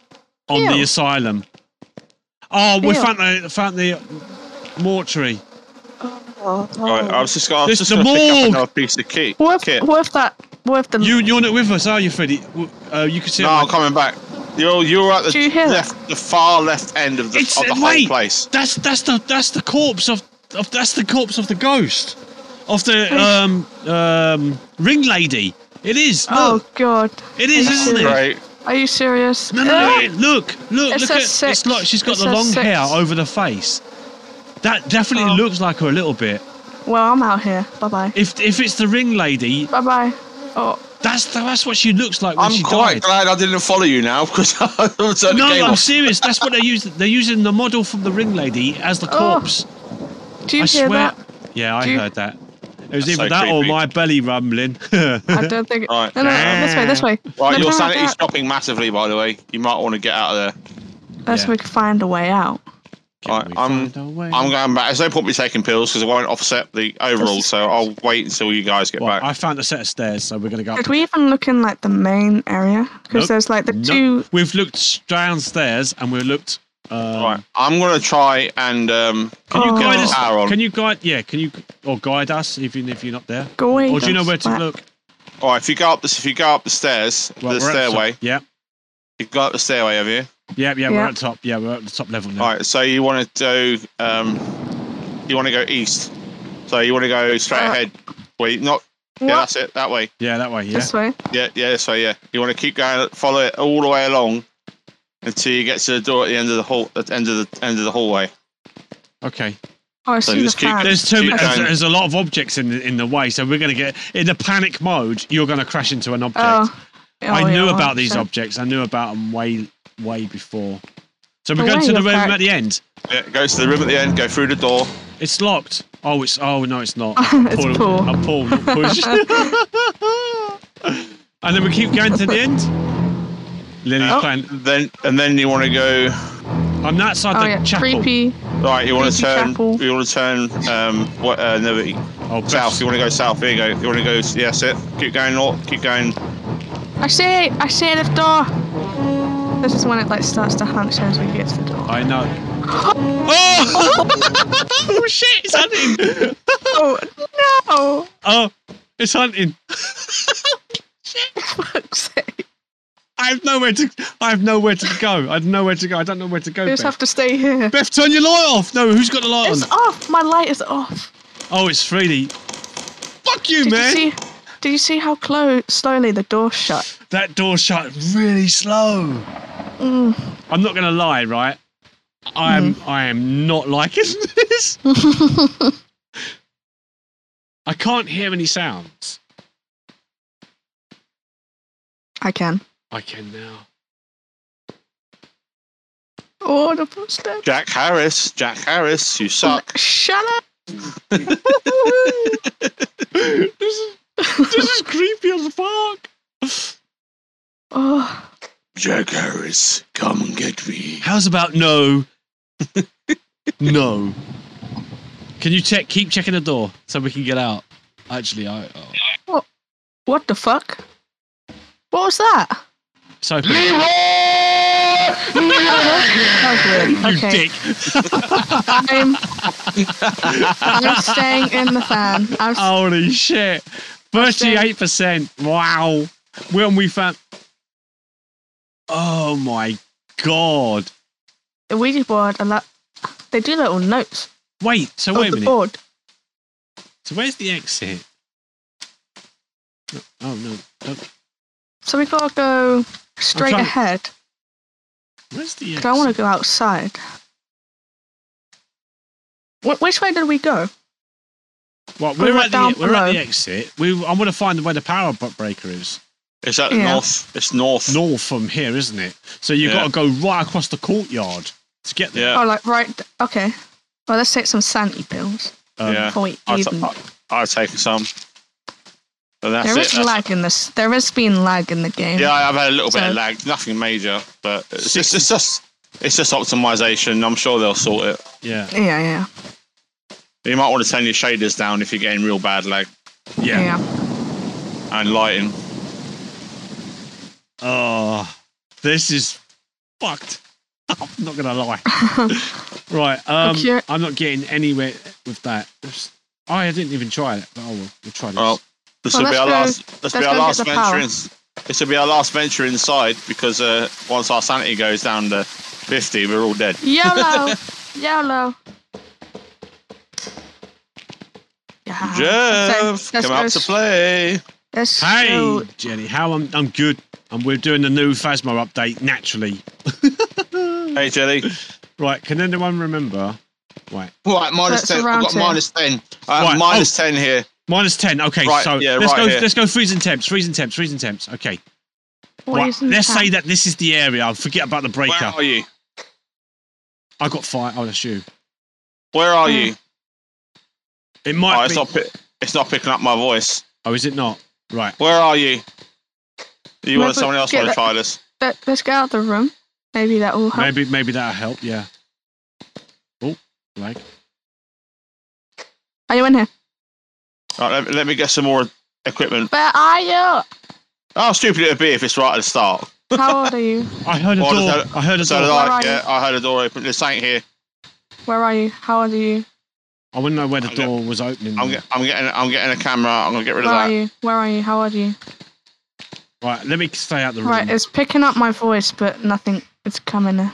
on the ew. asylum. Oh, we Ew. found the found the mortuary. oh Oh, Right, I was just going to It's pick the up morgue! another piece of kit. what, if, kit. what if that? What if the? You, you're not with us, are you, Freddie? W- Uh, you can see. No, I'm coming back. You're you're at the Do you hear that? left, the far left end of the It's- of the wait. whole place. that's that's the that's the corpse of, of that's the corpse of the ghost of the um um ring lady. It is. oh Look, God! it is, isn't it? Right. Are you serious? No, no, Ah! no, it- Look, look, It look at says six. it's like she's got the It says long six. hair over the face. That definitely Oh. looks like her a little bit. Ah. Well, I'm out here. Bye bye. If if it's the ring lady, Bye bye. Oh, that's that's what she looks like when I'm she quite died. glad I didn't follow you now <laughs> because I turned No, the game I'm off. serious. That's what they're using. They're using the model from the ring lady as the Oh, corpse. do you I hear swear. that? Yeah, I Do you- heard that. It was That's either so that or creepy. my belly rumbling. <laughs> I don't think. Right. No, no, no, this way, this way. Right, no, your no, no, sanity's no. dropping massively, by the way. You might want to get out of there. Unless Yeah. we can find a way out. Can Right, we I'm- find a way? I'm going back. There's no point me taking pills because I won't offset the overall, is- so I'll wait until you guys get Well, back. I found a set of stairs, so we're gonna go. Up. Did we even look in like the main area? Because Nope. there's like the Nope. two. We've looked downstairs and we've looked. Um, right, I'm going to try and um, Can you Oh. guide us? power on. Can you guide? Yeah, can you or guide us even if you're not there? Go away. Or do you know where to Right. look? All right, if you go up the if you go up the stairs, Right, the we're at the top. stairway. Yeah, You go up the stairway, have you? yeah, yeah. We're Yeah. at the top. Yeah, we're at the top level now. All right, so you want to do um, you want to go east. So you want to go straight Uh, ahead. Wait, not yeah, What? that's it. That way. Yeah, that way. Yeah. This way. Yeah, yeah. So yeah, you want to keep going, follow it all the way along until you get to the door at the end of the hall, at the end of the end of the hallway. Okay. Oh, I So see the just keep- fan. There's too. keep There's, going. there's a lot of objects in the, in the way, so we're gonna get in the panic mode. You're gonna crash into an object. Oh. Oh, I knew yeah, about these so- objects. I knew about them way, way before. So The we're going way to the you're room packed. at the end. Yeah, go to the room at the end. Go through the door. It's locked. Oh, it's. Oh no, it's <laughs> not. It's Paul- Paul. A Paul push. <laughs> and then we keep going to the end. Lily's Oh. playing. Then and then you want to go. I'm outside Oh the yeah. chapel. Creepy. Right, you want to Creepy turn. chapel. You want to turn. Um, what? Uh, no, Oh, perhaps- south. You want to go south. There you go. You want to go. Yeah, that's it. Keep going north. Keep going. I see it. I see the door. This is when it like starts to hunch as we get to the door. I <gasps> know. Oh! <laughs> oh shit! It's hunting. Oh no! <laughs> Oh, it's hunting. <laughs> Fuck's sake. I have nowhere to. I have nowhere to go. I have nowhere to go. I don't know where to go. We Beth. just have to stay here. Beth, turn your light off. No, who's got the light It's on? off. My light is off. Oh, it's 3D. Fuck you, Did man. you see? Did you see how close slowly the door shut? that door shut really slow. Mm. <laughs> I'm not gonna lie, right? I am. Hmm. I am not liking <laughs> this. I can't hear any sounds. I can. I can <laughs> now. Oh, the footsteps. Jack Harris. Jack Harris. You suck. Shut up. this, is, this is creepy as fuck. Oh, Jack Harris. Come and get me. How's about no? <laughs> no. Can you check? Keep checking the door so we can get out. Actually, I. Oh, what the fuck? What was that? it's <laughs> open. That was weird. <laughs> You Okay, dick. I'm, I'm staying in the fan. I'm s- Holy shit. 38%. Wow. When we found. Oh my god. the Ouija board. A lot. They do little notes Wait, so on wait a the minute. board. So where's the exit? No- Oh no. don't- So we gotta go straight trying- ahead. Where's the 'cause exit? I want to go outside. Wh- which way did we go? Well, we we're, went at down the, we're at below. the exit. We, I want to find where the power bu- breaker is. It's at Yeah. north. It's north. North from here, isn't it? So you've got Yeah. to go right across the courtyard to get there. Yeah. Oh, like right. Okay. Well, let's take some sanity pills Um, yeah. before we I'll, t- even. I'll- I'll take some. And that's There it. is lag in this. There has been lag in the game. Yeah, I've had a little bit So- of lag. Nothing major, but it's just, it's just it's just optimization. I'm sure they'll sort it. Yeah. Yeah, yeah, You might want to turn your shaders down if you're getting real bad lag Yeah. yeah. and lighting. Oh, this is fucked. <laughs> I'm not gonna lie. right, um, Okay. I'm not getting anywhere with that. oh, I didn't even try it, but oh, we'll, we'll try this. Well, this Well, will be let's our go- last. This will be let's our go get last the power. venture. In, this will be our last venture inside because uh, once our sanity goes down to fifty, we're all dead. <laughs> YOLO! YOLO! Yeah. Jeff, Uh-huh. Let's- let's come out go to s- play. let's hey, go- Jenny, how I'm, I'm good. And we're doing the new Phasma update naturally. Hey, Jelly. Right, can anyone remember? Right, Right, minus That's ten. around I've got ten. minus ten. I Right, oh. have minus ten here. minus 10. Okay, Right, so yeah, let's, right go, here. let's go freezing temps, freezing temps, freezing temps. Okay, right, poison let's say that tap. this is the area. I'll forget about the breaker. Where are you? I got fire. Oh, that's you. Where are Hmm. you? It might Oh, be. it's not. Pi- it's not picking up my voice. Oh, is it not? Right. Where are you? You Maybe want someone else get want to that- try this? Let, us get out the room. Maybe that will help. Maybe maybe that'll help. Yeah. Oh, like Are you in here? Right, let, let me get some more equipment. Where <laughs> are you? How stupid it would be if it's right at the start. How old are you? I heard a Well, door. there's I heard a So door. did Where I. are Yeah, I heard a door open. There's something here. Where are you? How old are you? I wouldn't know where the I'm door was opening. I'm, though. get, I'm getting. I'm getting a camera. I'm gonna get rid Where of are that. you? Where are you? How old are you? Right. Let me stay out the room. Right, it's picking up my voice, but nothing. It's coming. uh,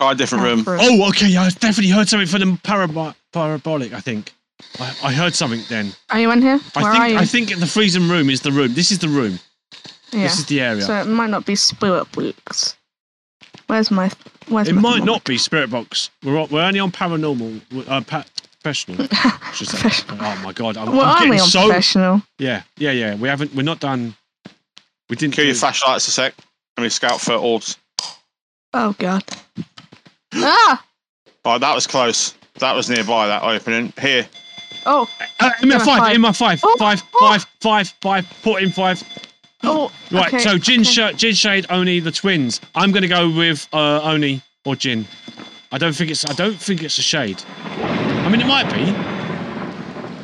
Try a different out room. through. oh, okay. I definitely heard something from the parabo- parabolic. I think. I, I heard something then. Are you in here? I Where think. are you? I think the freezing room is the room. This is the room. yeah. This is the area. So it might not be spirit books. Where's my? Where's it my might thermometer? not be spirit box. We're on, we're only on paranormal. Uh, pa- <laughs> professional. should say. Professional. Oh my god. I'm, Well, I'm are we getting on so. professional? Yeah. Yeah. Yeah. We haven't. We're not done. We didn't. Kill do- your flashlights a sec. Let me scout for orbs. Oh god. ah! Oh, that was close. That was nearby. That opening here. Oh! Uh, in my Give it five, five. in my five, Oh, five, oh. five, five, five, put in five. Oh! Right, okay, so Jin, okay. Sh- Jin Shade, Oni, the twins. I'm gonna go with uh, Oni or Jin. I don't think it's. I don't think it's a shade. I mean, it might be.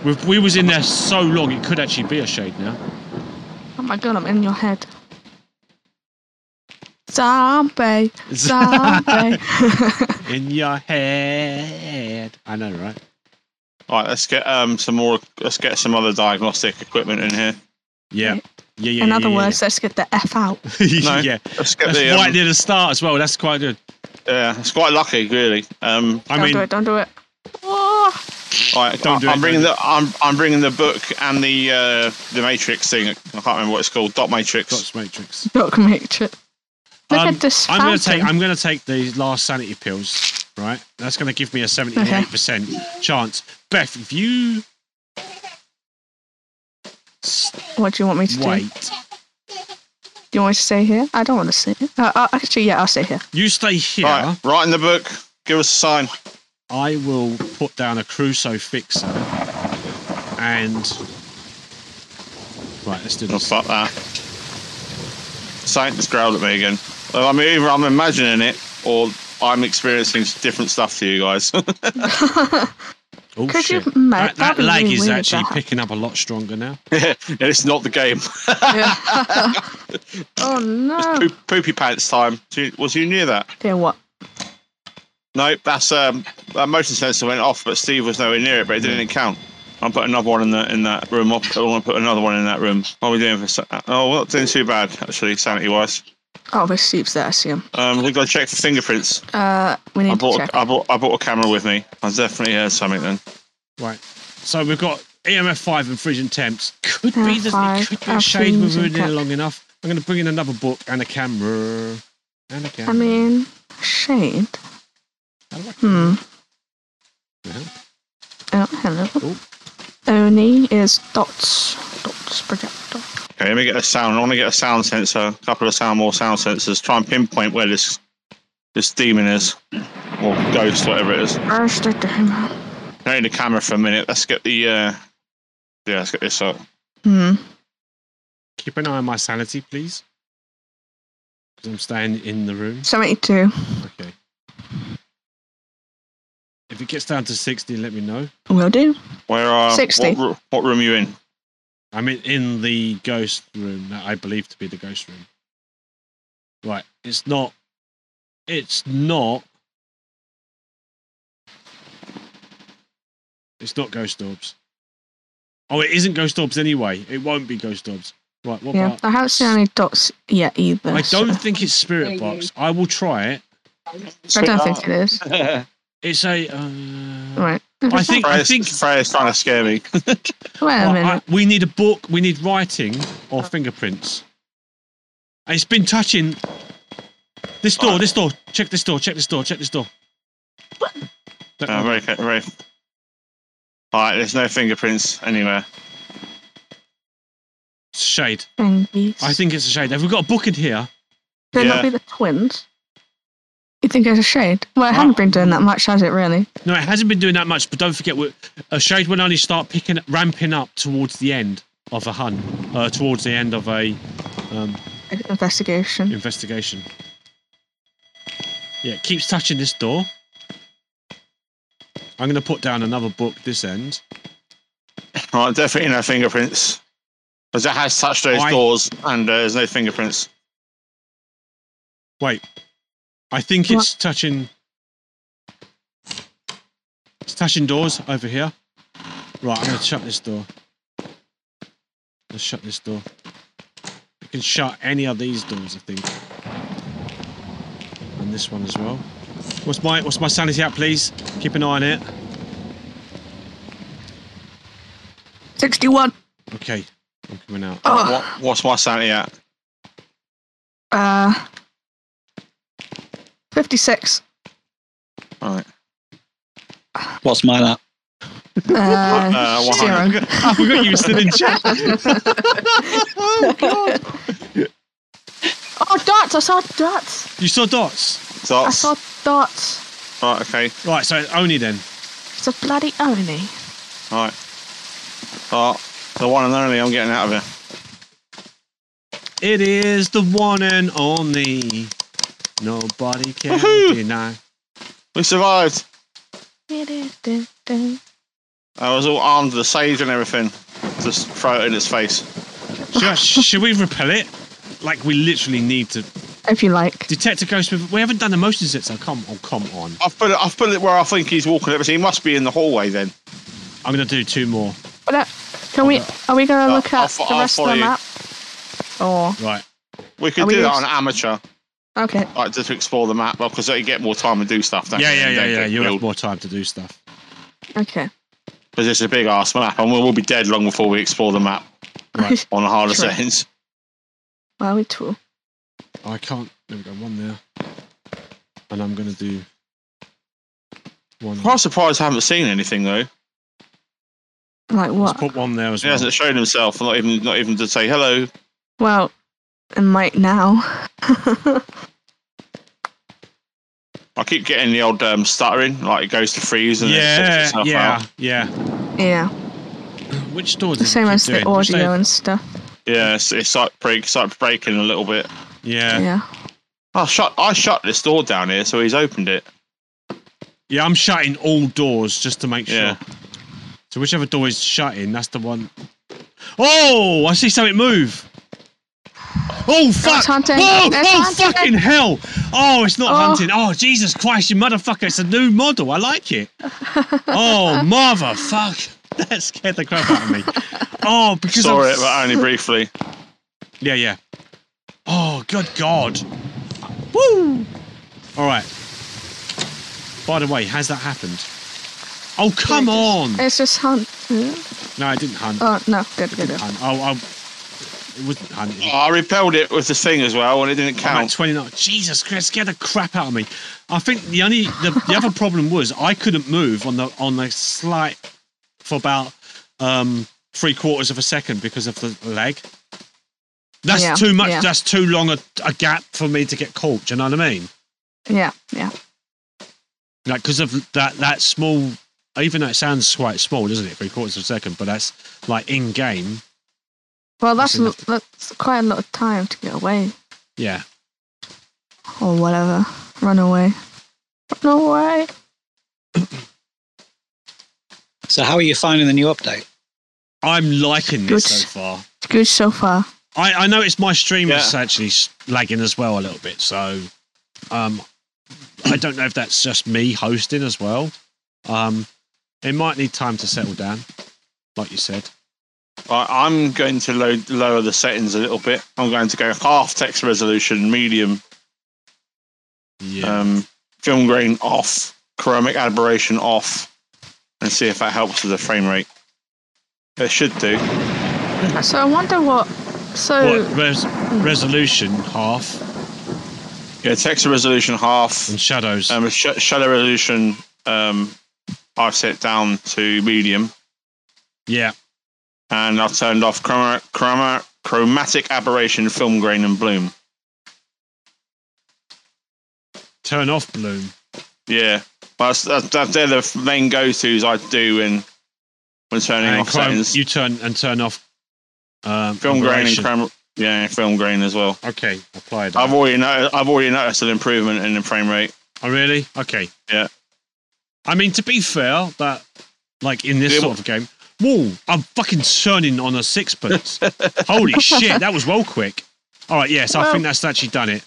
We've, we was in there so long, it could actually be a shade now. Oh my god! I'm in your head. <laughs> Zombie, zombie. in your head. I know, right? All right, let's get um some more. Let's get some other diagnostic equipment in here. Yeah. Right. Yeah, yeah. in yeah, other yeah, words, let's get the f out. yeah. <laughs> No. yeah. Let's get That's the. um, right near the start as well. That's quite good. yeah, it's quite lucky, really. Um, I don't mean, do it! Don't do it! Oh, all right, Don't do I'm it, bringing don't the. I'm I'm bringing the book and the uh the matrix thing. I can't remember what it's called. Dot matrix. Scott's Matrix. Doc Matrix. Look Um, at this I'm fountain. gonna take I'm gonna take the last sanity pills, right? That's gonna give me a seventy eight percent chance. Beth, if you s- What do you want me to do? wait, Do you want me to stay here? I don't want to stay. Uh, uh, actually, yeah, I'll <laughs> stay here. you stay here. Right, write in the book. Give us a sign. I will put down a Crusoe fixer and Right, let's do Oh, this. fuck that. Saint just growled at me again. Well, I mean, either I'm imagining it or I'm experiencing different stuff to you guys. <laughs> Oh, Could you shit. ma- that, that that'd be lag really is weird if actually that happened. picking up a lot stronger now. it's not the game. <laughs> <laughs> oh no! Poop, poopy pants time. Do you- Was you near that? Dear what? No, that's um, that motion sensor went off, but Steve was nowhere near it, but it didn't count. I'm putting another one in the in that room. I want to put another one in that room. What are we doing for? sa- Oh, we're not doing too bad actually, sanity wise. Oh, there's sheep's there. I see him. Um, we've got to check for fingerprints. Uh, we I need to bought, check. a, I bought I bought a camera with me. I definitely heard something then. Right. So we've got EMF five and freezing temps. Could E be the it EMF5 could be a and shade we've been in freezing there temps. long enough. I'm gonna bring in another book and a camera. And a camera. I mean, shade. How do I- Hmm. Yeah. Oh, hello. Oh. Oni is dots. Dots projector. Okay, let me get a sound. I want to get a sound sensor, a couple of sound more sound sensors. Try and pinpoint where this this demon is, or ghost, whatever it is. Where's the demo? I need the camera for a minute. Let's get the uh, yeah, let's get this up. Hmm. Keep an eye on my sanity, please. Because I'm staying in the room. 72. Okay. If it gets down to 60, let me know. Will do. Where are 60. What, ru- what room are you in? I'm in, in the ghost room that I believe to be the ghost room. Right. It's not. It's not. It's not ghost orbs. Oh, it isn't Ghost Orbs anyway. It won't be Ghost Orbs. Right, what Yeah, about? I haven't seen any dots yet either. I so- don't think it's Spirit Box. I will try it. I don't think it is. It's a. Uh, Right. If I it's think. not- I Freya's, think. Freya's trying to <laughs> scare me. Wait a I- minute. I- we need a book. We need writing or fingerprints. And It's been touching. This door. This door. Check this door. Check this door. Check this door. Uh, very, ca- very. All right, there's no fingerprints anywhere. It's a shade. Fingies. I think it's a shade. Have we got a book in here? Could yeah. not be the twins? You think it's a shade? Well, it hasn't been doing that much, has it, really? No, it hasn't been doing that much. But don't forget, we- a shade will only start picking, ramping up towards the end of a hunt, uh, towards the end of a um, Investigation. investigation. Yeah, it keeps touching this door. I'm going to put down another book this end. All right, definitely no fingerprints. Because it has touched those I- doors and uh, there's no fingerprints. Wait, I think it's touching. It's touching doors over here. Right, I'm going to shut this door. Let's shut this door. I can shut any of these doors, I think, and this one as well. What's my What's my sanity at, please? Keep an eye on it. 61. Okay, I'm coming out. <laughs> Oh, What, what's my sanity at? uh, <laughs> 56. All right. What's mine at? Uh, Uh, one zero. hundred. I forgot you were still in chat. <laughs> Oh, dots! I saw dots! You saw dots. So, I saw dots! right, okay. Right, so only then. It's a bloody Oni. All right. All right. The one and only, I'm getting out of here. It is the one and only. Nobody can Woohoo! deny. We survived. I was all armed with a sage and everything. Just throw it in its face. Should, should we repel it? Like we literally need to If you like. detect a ghost. With, we haven't done a motion set, so come on, come on. I've put it. I've put it where I think he's walking. Over. So he must be in the hallway then. I'm gonna do two more. But, uh, can we, are we going to I'll- look I'll at fo- the I'll rest of follow the you. map? Or, Right. We could Are we do that gonna- on amateur, okay. like just to explore the map, because you get more time to do stuff. don't Yeah, you? yeah, You yeah, don't yeah. get You have killed. more time to do stuff. Okay. Because it's a big ass map, and we'll, we'll be dead long before we explore the map <laughs> Right. on the harder <laughs> True. settings. Well, we two. I can't. There we go. One there. And I'm gonna do one. Quite surprised I haven't seen anything though. Like Let's what? put one there as He well. hasn't shown himself, not even not even to say hello. Well, it might now. I keep getting the old um, stuttering, like it goes to freeze and then it sorts Yeah, itself yeah, yeah. out. yeah. Which door The does same it keep as the doing? Which audio door- and stuff. yeah. It's, it's like break, it's like breaking a little bit. Yeah. Yeah. I shut I shut this door down here, so he's opened it. Yeah, I'm shutting all doors just to make sure. Yeah. So whichever door is shutting, that's the one. Oh, I see something move. Oh fuck! hunting. Whoa! It's oh hunting. fucking hell! Oh, it's not Oh. hunting. Oh Jesus Christ, you motherfucker! It's a new model. I like it. Oh <laughs> motherfuck! That scared the crap out of me. Oh, because Saw I'm it, but <laughs> only briefly. yeah, yeah. Oh, good God. Woo! All right. By the way, has that happened? Oh, come on! It's just hunt. No, I didn't hunt. Oh, no. Good, It didn't good, good. hunt. Oh, I, it wasn't hunt. It was I repelled it with the thing as well, and it didn't I'm at count. 29. Jesus Christ, scared the crap out of me. I think the only the, the other problem was I couldn't move on the on the slight for about um three quarters of a second because of the leg. That's Yeah, too much. yeah. That's too long a, a gap for me to get caught. Do you know what I mean? Yeah, yeah. Like because of that that small. Even though it sounds quite small, doesn't it? Three quarters of a second, but that's like in game. Well, that's, That's l- that's quite a lot of time to get away Yeah. or whatever. Run away. Run away. So how are you finding the new update? I'm liking this Good. so far. It's good so far. I, I noticed my stream was Yeah. actually s- lagging as well a little bit. So um, I don't know if that's just me hosting as well. Um, it might need time to settle down, like you said. Right, I'm going to lo- lower the settings a little bit. I'm going to go half text resolution, medium, Yeah. um, film grain off, chromic aberration off, and see if that helps with the frame rate. It should do. So I wonder what. So what res- resolution half Yeah, text resolution half, and shadows? um, sh- shadow resolution. Um, I've set down to medium, yeah. and I've turned off chroma, chroma, chromatic aberration, film grain, and bloom. Turn off bloom. Yeah, well, that's, that's, that's, they're the main go-to's I do when when turning And off chrome- settings. you turn and turn off. Um, film grain and aberration. chroma, yeah, film grain as well. Okay, apply that. I've already noticed, I've already noticed an improvement in the frame rate. Oh, really? Okay. Yeah. I mean, to be fair, that like in this Yeah, sort of game, whoa! I'm fucking turning on a <laughs> sixpence. Holy shit! That was well quick. All right. Yes, I Well- think that's actually done it.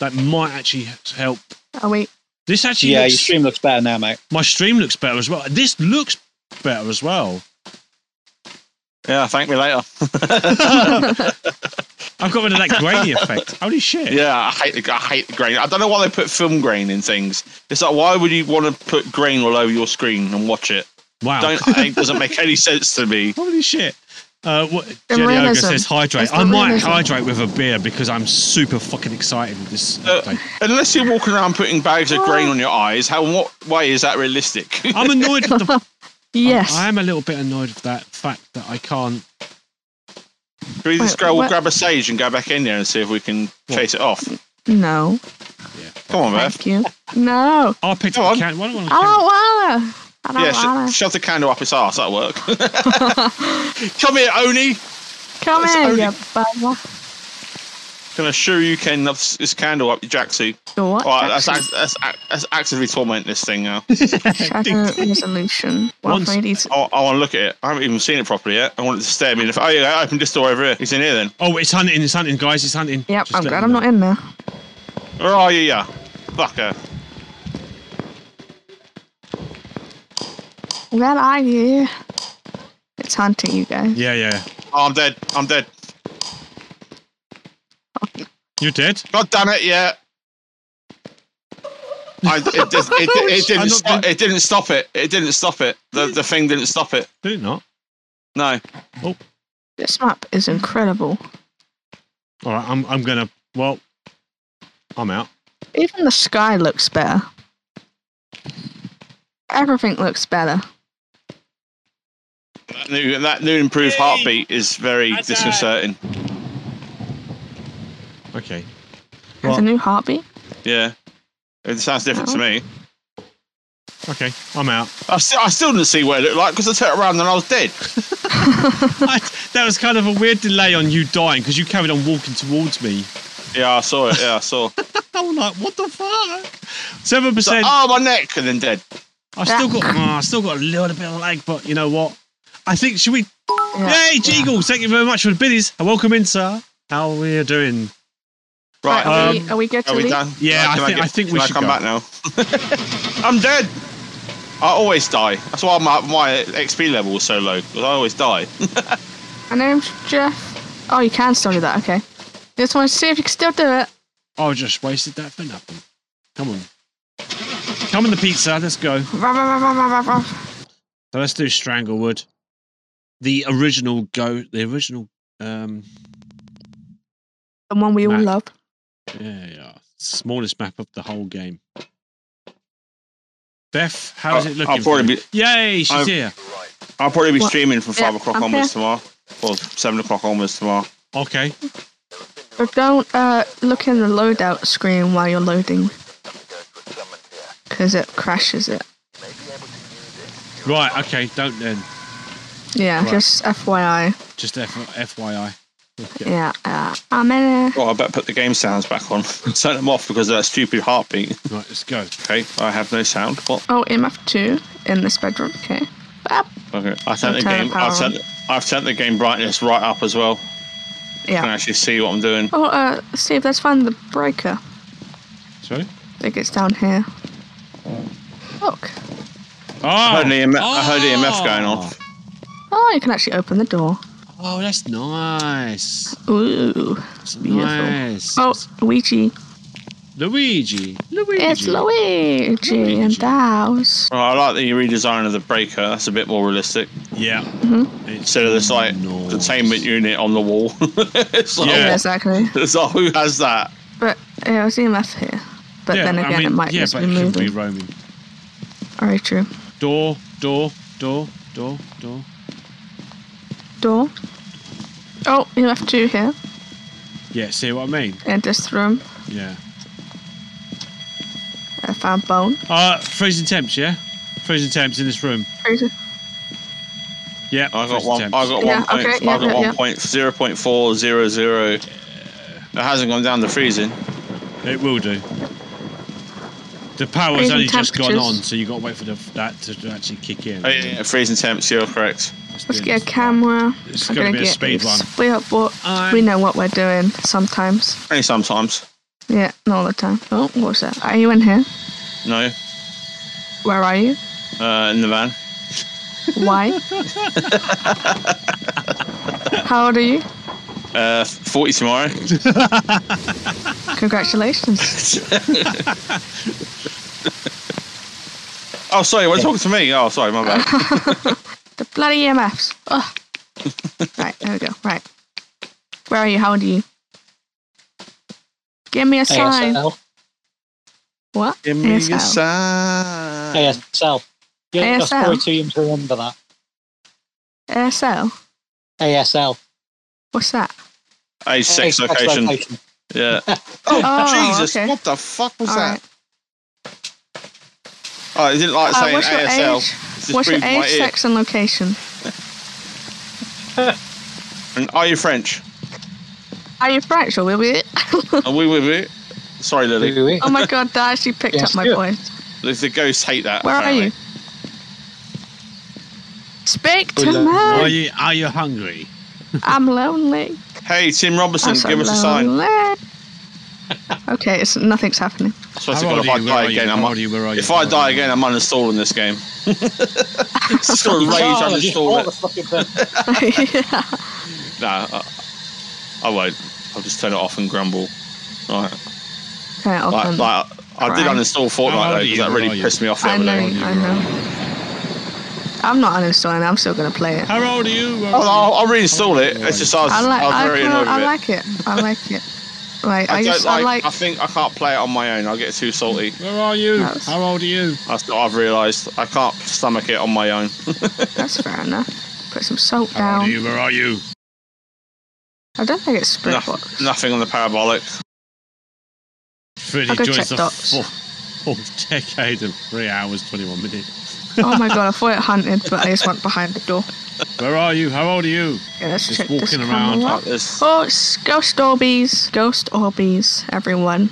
That might actually help. are we? This actually, yeah, your looks, stream looks better now, mate. my stream looks better as well. This looks better as well. Yeah, thank me later. I've got rid of that <laughs> grainy effect. Holy shit! Yeah, I hate the I hate the grain. I don't know why they put film grain in things. It's like why would you want to put grain all over your screen and watch it? Wow. Don't it doesn't make any sense to me. Holy shit. Uh, what, The Jelly Ogre realism. says hydrate. It's the I might realism. hydrate with a beer because I'm super fucking excited with this Uh, update. Unless you're walking around putting bags of grain on your eyes, how what way is that realistic? <laughs> I'm annoyed with the <laughs> Yes. I am a little bit annoyed with that fact that I can't. Can we just Wait, go what- grab a sage and go back in there and see if we can chase it off? no. Come on, Beth. Thank you. No. Oh, I picked Go up on. the can. Why do I want I to don't wanna. I don't Yeah, wanna. sh- shove the candle up its arse. That'll work. <laughs> Come here, Oni. Come it's here, only- you bugger. Gonna shuriken this this candle up your jacksuit. Your What? All right, that's, Jackson? act- that's, act- that's actively torment this thing now. <laughs> Shadow resolution. Well, Once- maybe it's- I, I want to look at it. I haven't even seen it properly yet. I want it to stare me in the face. Oh, yeah, open this door over here. He's in here then. Oh, it's hunting. It's hunting, guys. It's hunting. Yep, Just I'm let glad them I'm know. not in there. Where are you, yeah? Fucker. Where are you? It's hunting you guys. Yeah, yeah. Oh, I'm dead. I'm dead. You did? God damn it, yeah. I, it, it, it, <laughs> it, I'm didn't not stop, it didn't stop it. It didn't stop it. The, the thing didn't stop it. Did it not? No. This map is incredible. All right. I'm. I'm gonna. Well, I'm out. Even the sky looks better. Everything looks better. That new, that new improved Yay. heartbeat is very Huzzah. disconcerting. Okay. There's What? a new heartbeat. Yeah. It sounds different to me. Okay. I'm <laughs> out. <laughs> I still, I still didn't see what it looked like because I turned around and I was dead. I, that was kind of a weird delay on you dying because you carried on walking towards me. Yeah, I saw it. Yeah, <laughs> I saw. I'm like, what the fuck? Seven So, percent. oh, my neck, and then dead. I've still got. oh, I've still got a little bit of lag, but you know what? I think should we Yeah. Yay, Jeagles! Thank you very much for the biddies. And welcome in, sir. How are we doing? Right, Right, are, um, we, are we good to are we leave? done? Yeah, Right, I can think- get- I think we can should come go. back now. <laughs> I'm dead. I always die. That's why my, my XP level was so low because I always die. My name's Jeff. Oh, you can still do that. Okay. Just want to see if you can still do it. Oh, I just wasted that for nothing. Come on. Come on, the pizza. Let's go. Ruff, ruff, ruff, ruff, ruff, ruff. So let's do Stranglewood. The original go. The original. Um. The one we all Mac. love. Yeah, yeah. Smallest map of the whole game. Beth, how's I'll- it looking? I'll probably for you? Yay, she's I've- here. I'll probably be What? streaming from five Yeah, o'clock I'm onwards tomorrow, or seven o'clock onwards tomorrow. Okay. But don't uh, look in the loadout screen while you're loading. Because it crashes it. Right. Okay. Don't then. Yeah, Right. just FYI. Just F- FYI. Okay. Yeah, uh, I'm in it. Oh, I better put the game sounds back on. <laughs> Turn them off because of that stupid heartbeat. Right. Let's go. Okay, I have no sound. What? Oh, MF2 in this bedroom. Okay. Ah, Okay, I turned the turn the game. power I've on. turned, I've turned the game brightness right up as well. I can yeah. actually see what I'm doing. Oh, uh, Steve, let's find the breaker. Sorry. I think it's down here. Look. Oh, E I heard, an EMF, I heard EMF going Oh. off. Oh, you can actually open the door. Oh, that's nice. Ooh. That's Beautiful. nice. Oh, Luigi. Luigi. Luigi. It's Luigi and Luigi. the house. Well, I like the redesign of the breaker. That's a bit more realistic. Yeah. Mm-hmm. Instead of this like Nice. containment unit on the wall. <laughs> it's like, Yeah. yeah. Exactly. it's like, who has that? But yeah, it was EMF here. But yeah, then I again, mean, it might yeah, just but be it could moving. be roaming. All right, true. Door, door, door, door, door. Door. Oh, you left two here. Yeah, see what I mean? In this room, Yeah. I found bone. Uh, freezing temps, yeah? Freezing temps in this room. Crazy. Yeah, I got freezing one. I temps. got Yeah, one point. okay, yeah, I got yeah, yeah. one point zero point four zero zero. It hasn't gone down to freezing. It will do. The power's Freezing only just gone on, temperatures. so you got to wait for the, that to actually kick in. Oh, yeah, yeah, freezing temps. You're correct. It's Let's doing get this. a camera. It's I'm gonna gonna be a get speed these. run. We, are, what, we know what we're doing sometimes. Only sometimes. Yeah, not all the time. Oh, what was that? Are you in here? No. Where are you? Uh, in the van. <laughs> Why? How old are you? Uh, forty tomorrow. Congratulations. Oh, sorry. We're talking to me. Oh, sorry. My <laughs> bad. The bloody EMFs. <laughs> Ugh. right, there we go. Right. Where are you? How old are you? Give me a sign. ASL. What? Give me ASL. a sign. ASL. Yeah, that's ASL. probably too young to remember that. ASL? ASL. What's that? Age six location. <laughs> Yeah. Oh, Oh, Jesus! okay. What the fuck was All that? right. Oh, it didn't like Uh, saying what's your ASL. age? Just What's your breathed in age, my ear. sex, and location? And are you <laughs> French? Are you <laughs> French or will we? Are we with it? Sorry, Lily. Ooh-wee. oh my god, that actually picked Yes, up my yeah. voice. The, the ghosts hate that. Where are you? apparently. Speak Who's to that? Are me. you, are you hungry? I'm lonely. Hey, Tim Robinson, I'm so give us a sign. lonely. <laughs> okay, it's nothing's happening. <laughs> I swear to How God, old if are I you? Where die are you? again, I'm How old are you? Where are you? if I How old die are you? again, I'm uninstalling <laughs> this game. <laughs> Just gonna rage Oh, just bought uninstall the it. fucking <laughs> thing. yeah. Nah, I, I won't. I'll just turn it off and grumble. Right. Turn it off Like, and- like, I did Right. uninstall How Fortnite old though are you? because that Where are really you? pissed me off the I other know, day. I know. I'm not uninstalling. I'm still gonna play it. How old are you? Where I'll, are you? I'll, I'll reinstall it. It's just I was, I like. I was I, very can't- annoyed with I it. like it. I like it. Like I, I, don't just. like, I like. I think I can't play it on my own. I get too salty. Where are you? That was- How old are you? That's what I've realised. I can't stomach it on my own. that's fair enough. Put some salt How old are down. you? Where are you? I don't think it's spirit Noth- box. nothing on the parabolic. Freddie I'll go joins check the dots. full, full decade of three hours, 21 minutes. Oh my god, I thought it hunted, but I just went behind the door. Where are you? How old are you? Yeah, let's Just check this walking camera around out. Like this. Oh, it's ghost orbies. Ghost orbies, everyone.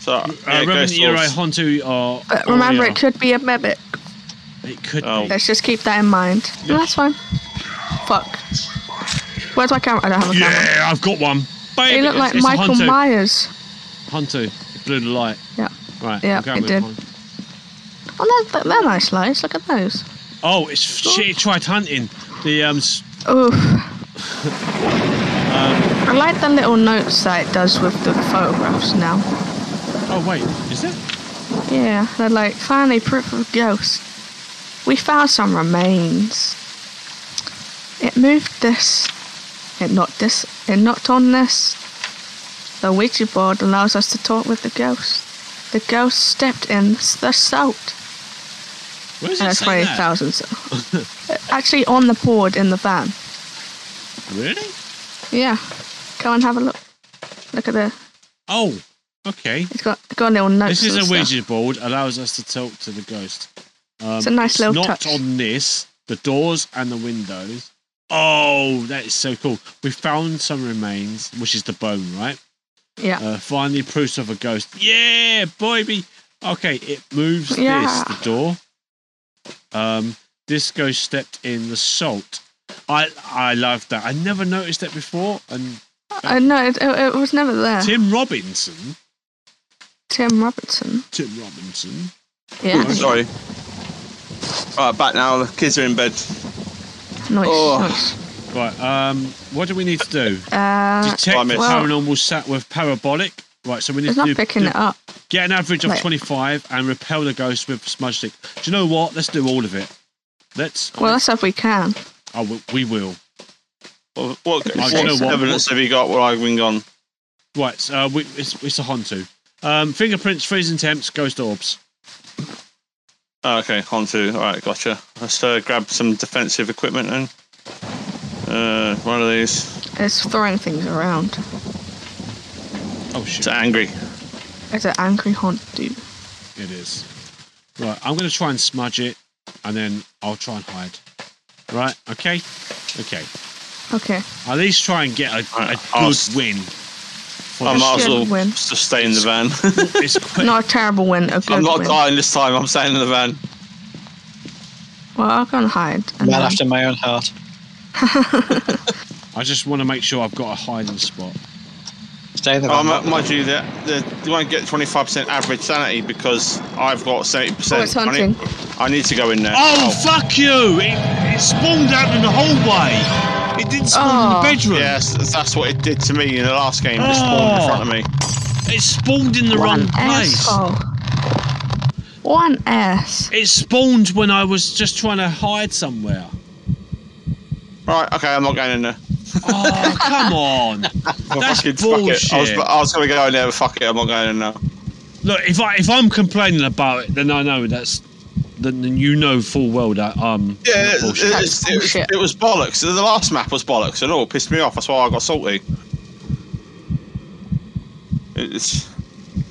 So, Uh, yeah, remember ghost you're a <coughs> orbs. Hontu or. But or remember, you're- it could be a mimic. uh, It could Oh. be. Let's just keep that in mind. No, that's fine. Fuck. Where's my camera? I don't have a camera. Yeah, I've got one. Baby, They look it's- like it's a Michael Hontu. Myers. Hontu. It blew the light. Yeah. Right. Yeah, I'm going it with did. mine. Oh, they're, they're nice lights. Look at those. Oh, it's she tried hunting. The um, s- Oof. Um, I like the little notes that it does with the photographs now. oh wait, is it? Yeah, they're like finally proof of ghosts. We found some remains. It moved this. It knocked this. It knocked on this. The Ouija board allows us to talk with the ghost. The ghost stepped in the salt. Where is And it? it's Say funny, that? thousands. <laughs> Actually, on the board in the van. Really? Yeah. Come and have a look. Look at the. Oh, okay. It's got got little notes. This is and a stuff. Ouija board. Allows us to talk to the ghost. Um, It's a nice little knocked touch. on this, the doors and the windows. Oh, that is so cool. We found some remains, which is the bone, right? Yeah. Uh, finally, proofs of a ghost. Yeah, baby. Okay, it moves Yeah. this the door. Um, this ghost stepped in the salt. I I love that. I never noticed that before. And I Uh, no, it, it, it was never there. Tim Robinson, Tim Robertson. Tim Robinson. Yeah. Sorry. All right, back now. The kids are in bed. Noise. Oh. Noise. Right. Um, what do we need to do? Uh, Detect I missed. the Well- paranormal sat with parabolic. Right. So we need it's to not do, picking do- it up. get an average of Right. 25 and repel the ghost with smudge stick. Do you know what? Let's do all of it. Let's. Well, let's hope we can. Oh, we, we will. What, what, I what don't know what- evidence have you got where I've been gone? Right. Uh, we, it's, it's a Hontu. Um, fingerprints, freezing temps, ghost orbs. Oh, okay, on to. All right, gotcha. Let's uh, grab some defensive equipment then. Uh, one of these. It's throwing things around. Oh shit! It's angry. It's an angry haunt dude. It is. Right. I'm going to try and smudge it, and then I'll try and hide. Right. Okay. Okay. Okay. At least try and get a, a Alright, I'll good s- win. For I this. might as Good well win. just stay in the van. It's quick. Not a terrible win, a <laughs> good I'm not win. dying this time. I'm staying in the van. Well, I'll go and hide. Man And then- after my own heart. I just want to make sure I've got a hiding spot. Stay in the Oh, van. my, mind you, the, the, you won't get 25% average sanity because I've got 70%. Oh, it's I need- I need to go in there. Oh, fuck you! It, it spawned out in the hallway. It didn't spawn Oh. in the bedroom. Yes, that's what it did to me in the last game. Oh! It spawned in front of me. It spawned in the wrong One place. asshole. One ass. It spawned when I was just trying to hide somewhere. All right, okay, I'm not going in there. Oh, come on! Well, That's fuck it, fuck it. I was, bullshit. I was going to go in there, but fuck it, I'm not going in there. Look, if I if I'm complaining about it, then I know that's then, then you know full well that um Yeah, it, bullshit. it, it's- it, was- Bullshit. it was bollocks. The last map was bollocks, and all pissed me off. That's why I got salty. It's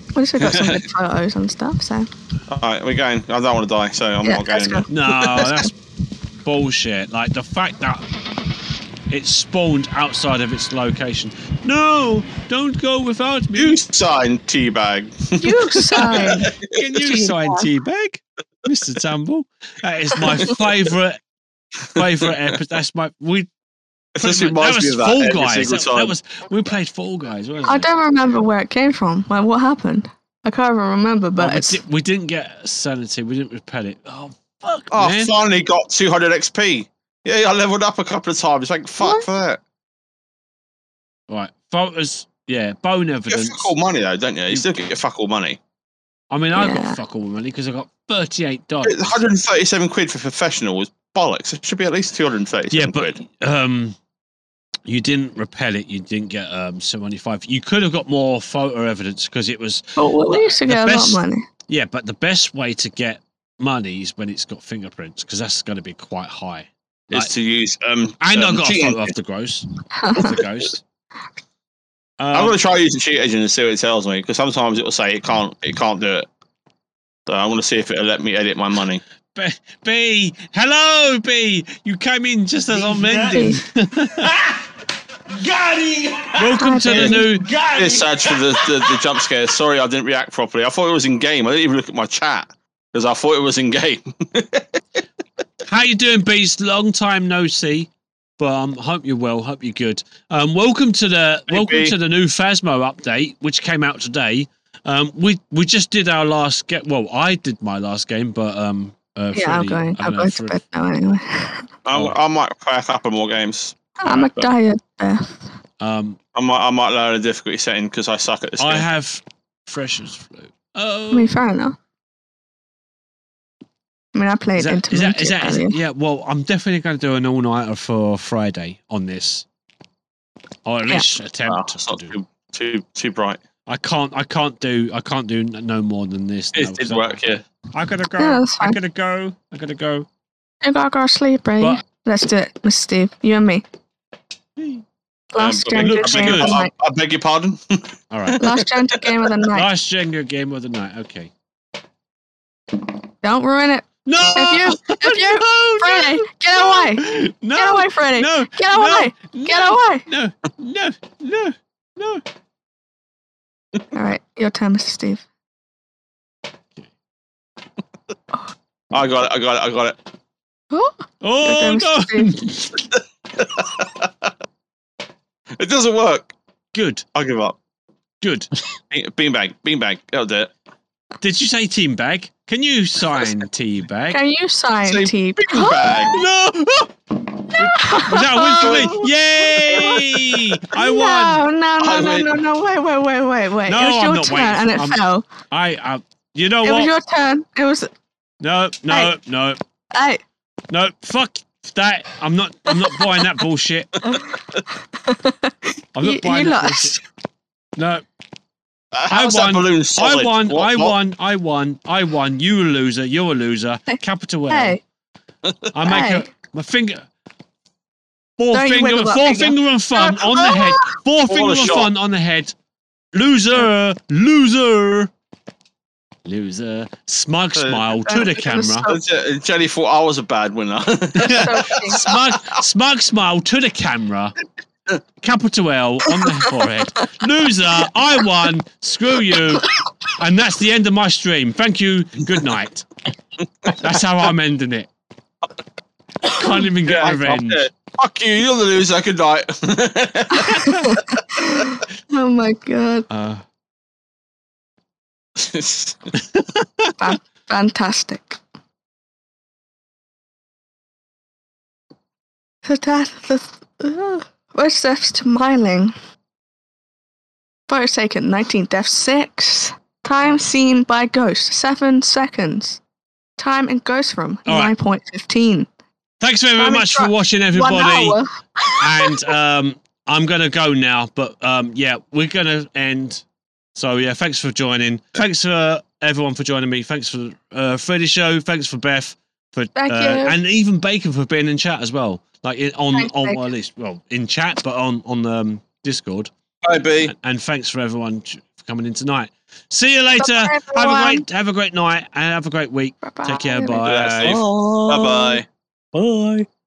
At least we got some good photos and stuff, so. all right. We're going. I don't want to die, so I'm yeah, not going. let's in go. there. No, <laughs> that's bullshit. Like the fact that it spawned outside of its location. No, don't go without me. You sign <laughs> teabag. You sign. Can you sign teabag, Mister Tumble? That is <laughs> my favourite favourite episode. That's my we. It pretty just much- reminds me of that Fall every Guys. single That, time. that was we played Fall Guys, wasn't I it? don't remember where it came from. Like, what happened? I can't even remember, Well, but we, it's. di- we didn't get sanity. We didn't repel it. Oh fuck, oh, I man! finally got 200 XP. Yeah, I leveled up a couple of times. Thank fuck What? for that. Right, photos. Yeah, bone You get evidence. fuck all money though, don't you? You still get your fuck all money. I mean, I Yeah. got fuck all money because I got thirty-eight dollars. It's 137 quid for professional was bollocks. It should be at least 237 Yeah, but quid. um, you didn't repel it. You didn't get um seventy-five. You could have got more photo evidence because it was Oh, well, we used to the get a lot best- of money. yeah. But the best way to get money is when it's got fingerprints because that's going to be quite high. Is like- to use um. And um, I got a cheat photo engine. of the gross, of <laughs> the ghost. Uh, I'm Um, gonna try using cheat engine and see what it tells me because sometimes it will say it can't, it can't do it. So I want to see if it'll let me edit my money. B, B, hello, B. You came in just as I'm ending. <laughs> Welcome to the new. It's sad for the, the, the jump scare. Sorry, I didn't react properly. I thought it was in game. I didn't even look at my chat because I thought it was in <laughs> game. How you doing, Bees? Long time no see. But um, hope you're well. Hope you're good. Um, welcome to the Hey, welcome B. to the new Phasmo update, which came out today. Um, we we just did our last get. Well, I did my last game, but um, uh, Yeah, Freddie- I'm going. I don't I'm know, going to Fred- bed now anyway. <laughs> I, Oh. I might play a couple more games. I'm a diet Beth. Um, I might I might lower the difficulty setting because I suck at this. I game. have freshers flu. Oh, I mean, fair enough. I mean, I played Is that, is that, intermediate is that, is earlier. that, yeah, well, I'm definitely going to do an all nighter for Friday on this. Or at Yeah. least Wow, attempt Ah, it's to not do. too, too too bright. I can't, I can't do, I can't do n- no more than this. It now, did 'cause I- work, yeah. I gotta go. Yeah, that's I fine. gotta go. I gotta go. I gotta go to sleep, Brady. But- Let's do it with Steve. You and me. Last Um, I, beg, gen good I, beg game your, of the I, night. I beg your pardon. <laughs> All <laughs> right. Last gen good game <laughs> of the night. Last Jenga game of the night. Okay. Don't ruin it. No. <laughs> If you, if you, no, Freddy, get away. No. Get away, Freddy. No. Get away. No. Get away. No. No. No. No. All right, your turn, Mr. Steve. I got it. I got it. I got it. Oh, Oh You're no. damn It doesn't work. <laughs> Good. I give up. Good. Beanbag, beanbag, that'll do it. Did you say team bag? <laughs> Can you sign team bag? can you sign Say <laughs> T? Beanbag. No! Was that a win for No. me? Yay! I won. No, no, I no, no, win. no, no, wait, wait, wait, wait, wait. No, it was I'm your not turn waiting and for- it I'm- fell. I, I, you know It was what? your turn. It was no, no, no, I no. Fuck that. I'm not. I'm not buying that bullshit. I'm you, not you buying that <laughs> bullshit. lost. No, Uh, How's won. that balloon solid? I won. What- I what- won. I won. I won. You a loser. You're a loser. Capital L. Hey, I make hey. a my finger. 4 Don't you finger, wiggle that four finger. finger and <laughs> fun on the head. Four finger and shot. fun on the head. Loser, loser, loser. Smug smile to the <laughs> It was camera. so- And Je- and Jenny thought I was a bad winner. <laughs> so funny. <laughs> Smug, smug smile to the camera. Capital L on the forehead. Loser, I won. Screw you. And that's the end of my stream. Thank you. Good night. That's how I'm ending it. Can't even get Yeah, revenge. yeah. Fuck you, you're the loser. Good night. <laughs> oh my god. Uh, Fantastic. So that the uh, worst deaths to Myling. Photo taken 19 death 6. Time seen by ghost 7 seconds. Time in ghost room All right. 9.15. Thanks very, I'm in much for charge. watching, One everybody. hour. and um, I'm gonna go now, but um, yeah, we're gonna end. So yeah, thanks for joining. Thanks for everyone for joining me. Thanks for uh, Freddie show. Thanks for Beth for Thank uh, you. and even Bacon for being in chat as well. Like in, on Thanks, on Bacon. well, at least well in chat, but on on um, Discord. Bye, B. And, and thanks for everyone t- for coming in tonight. See you later. Bye-bye, have a everyone. great have a great night and have a great week. Bye-bye. Take care. Bye, Bye. Steve. Bye bye. Bye.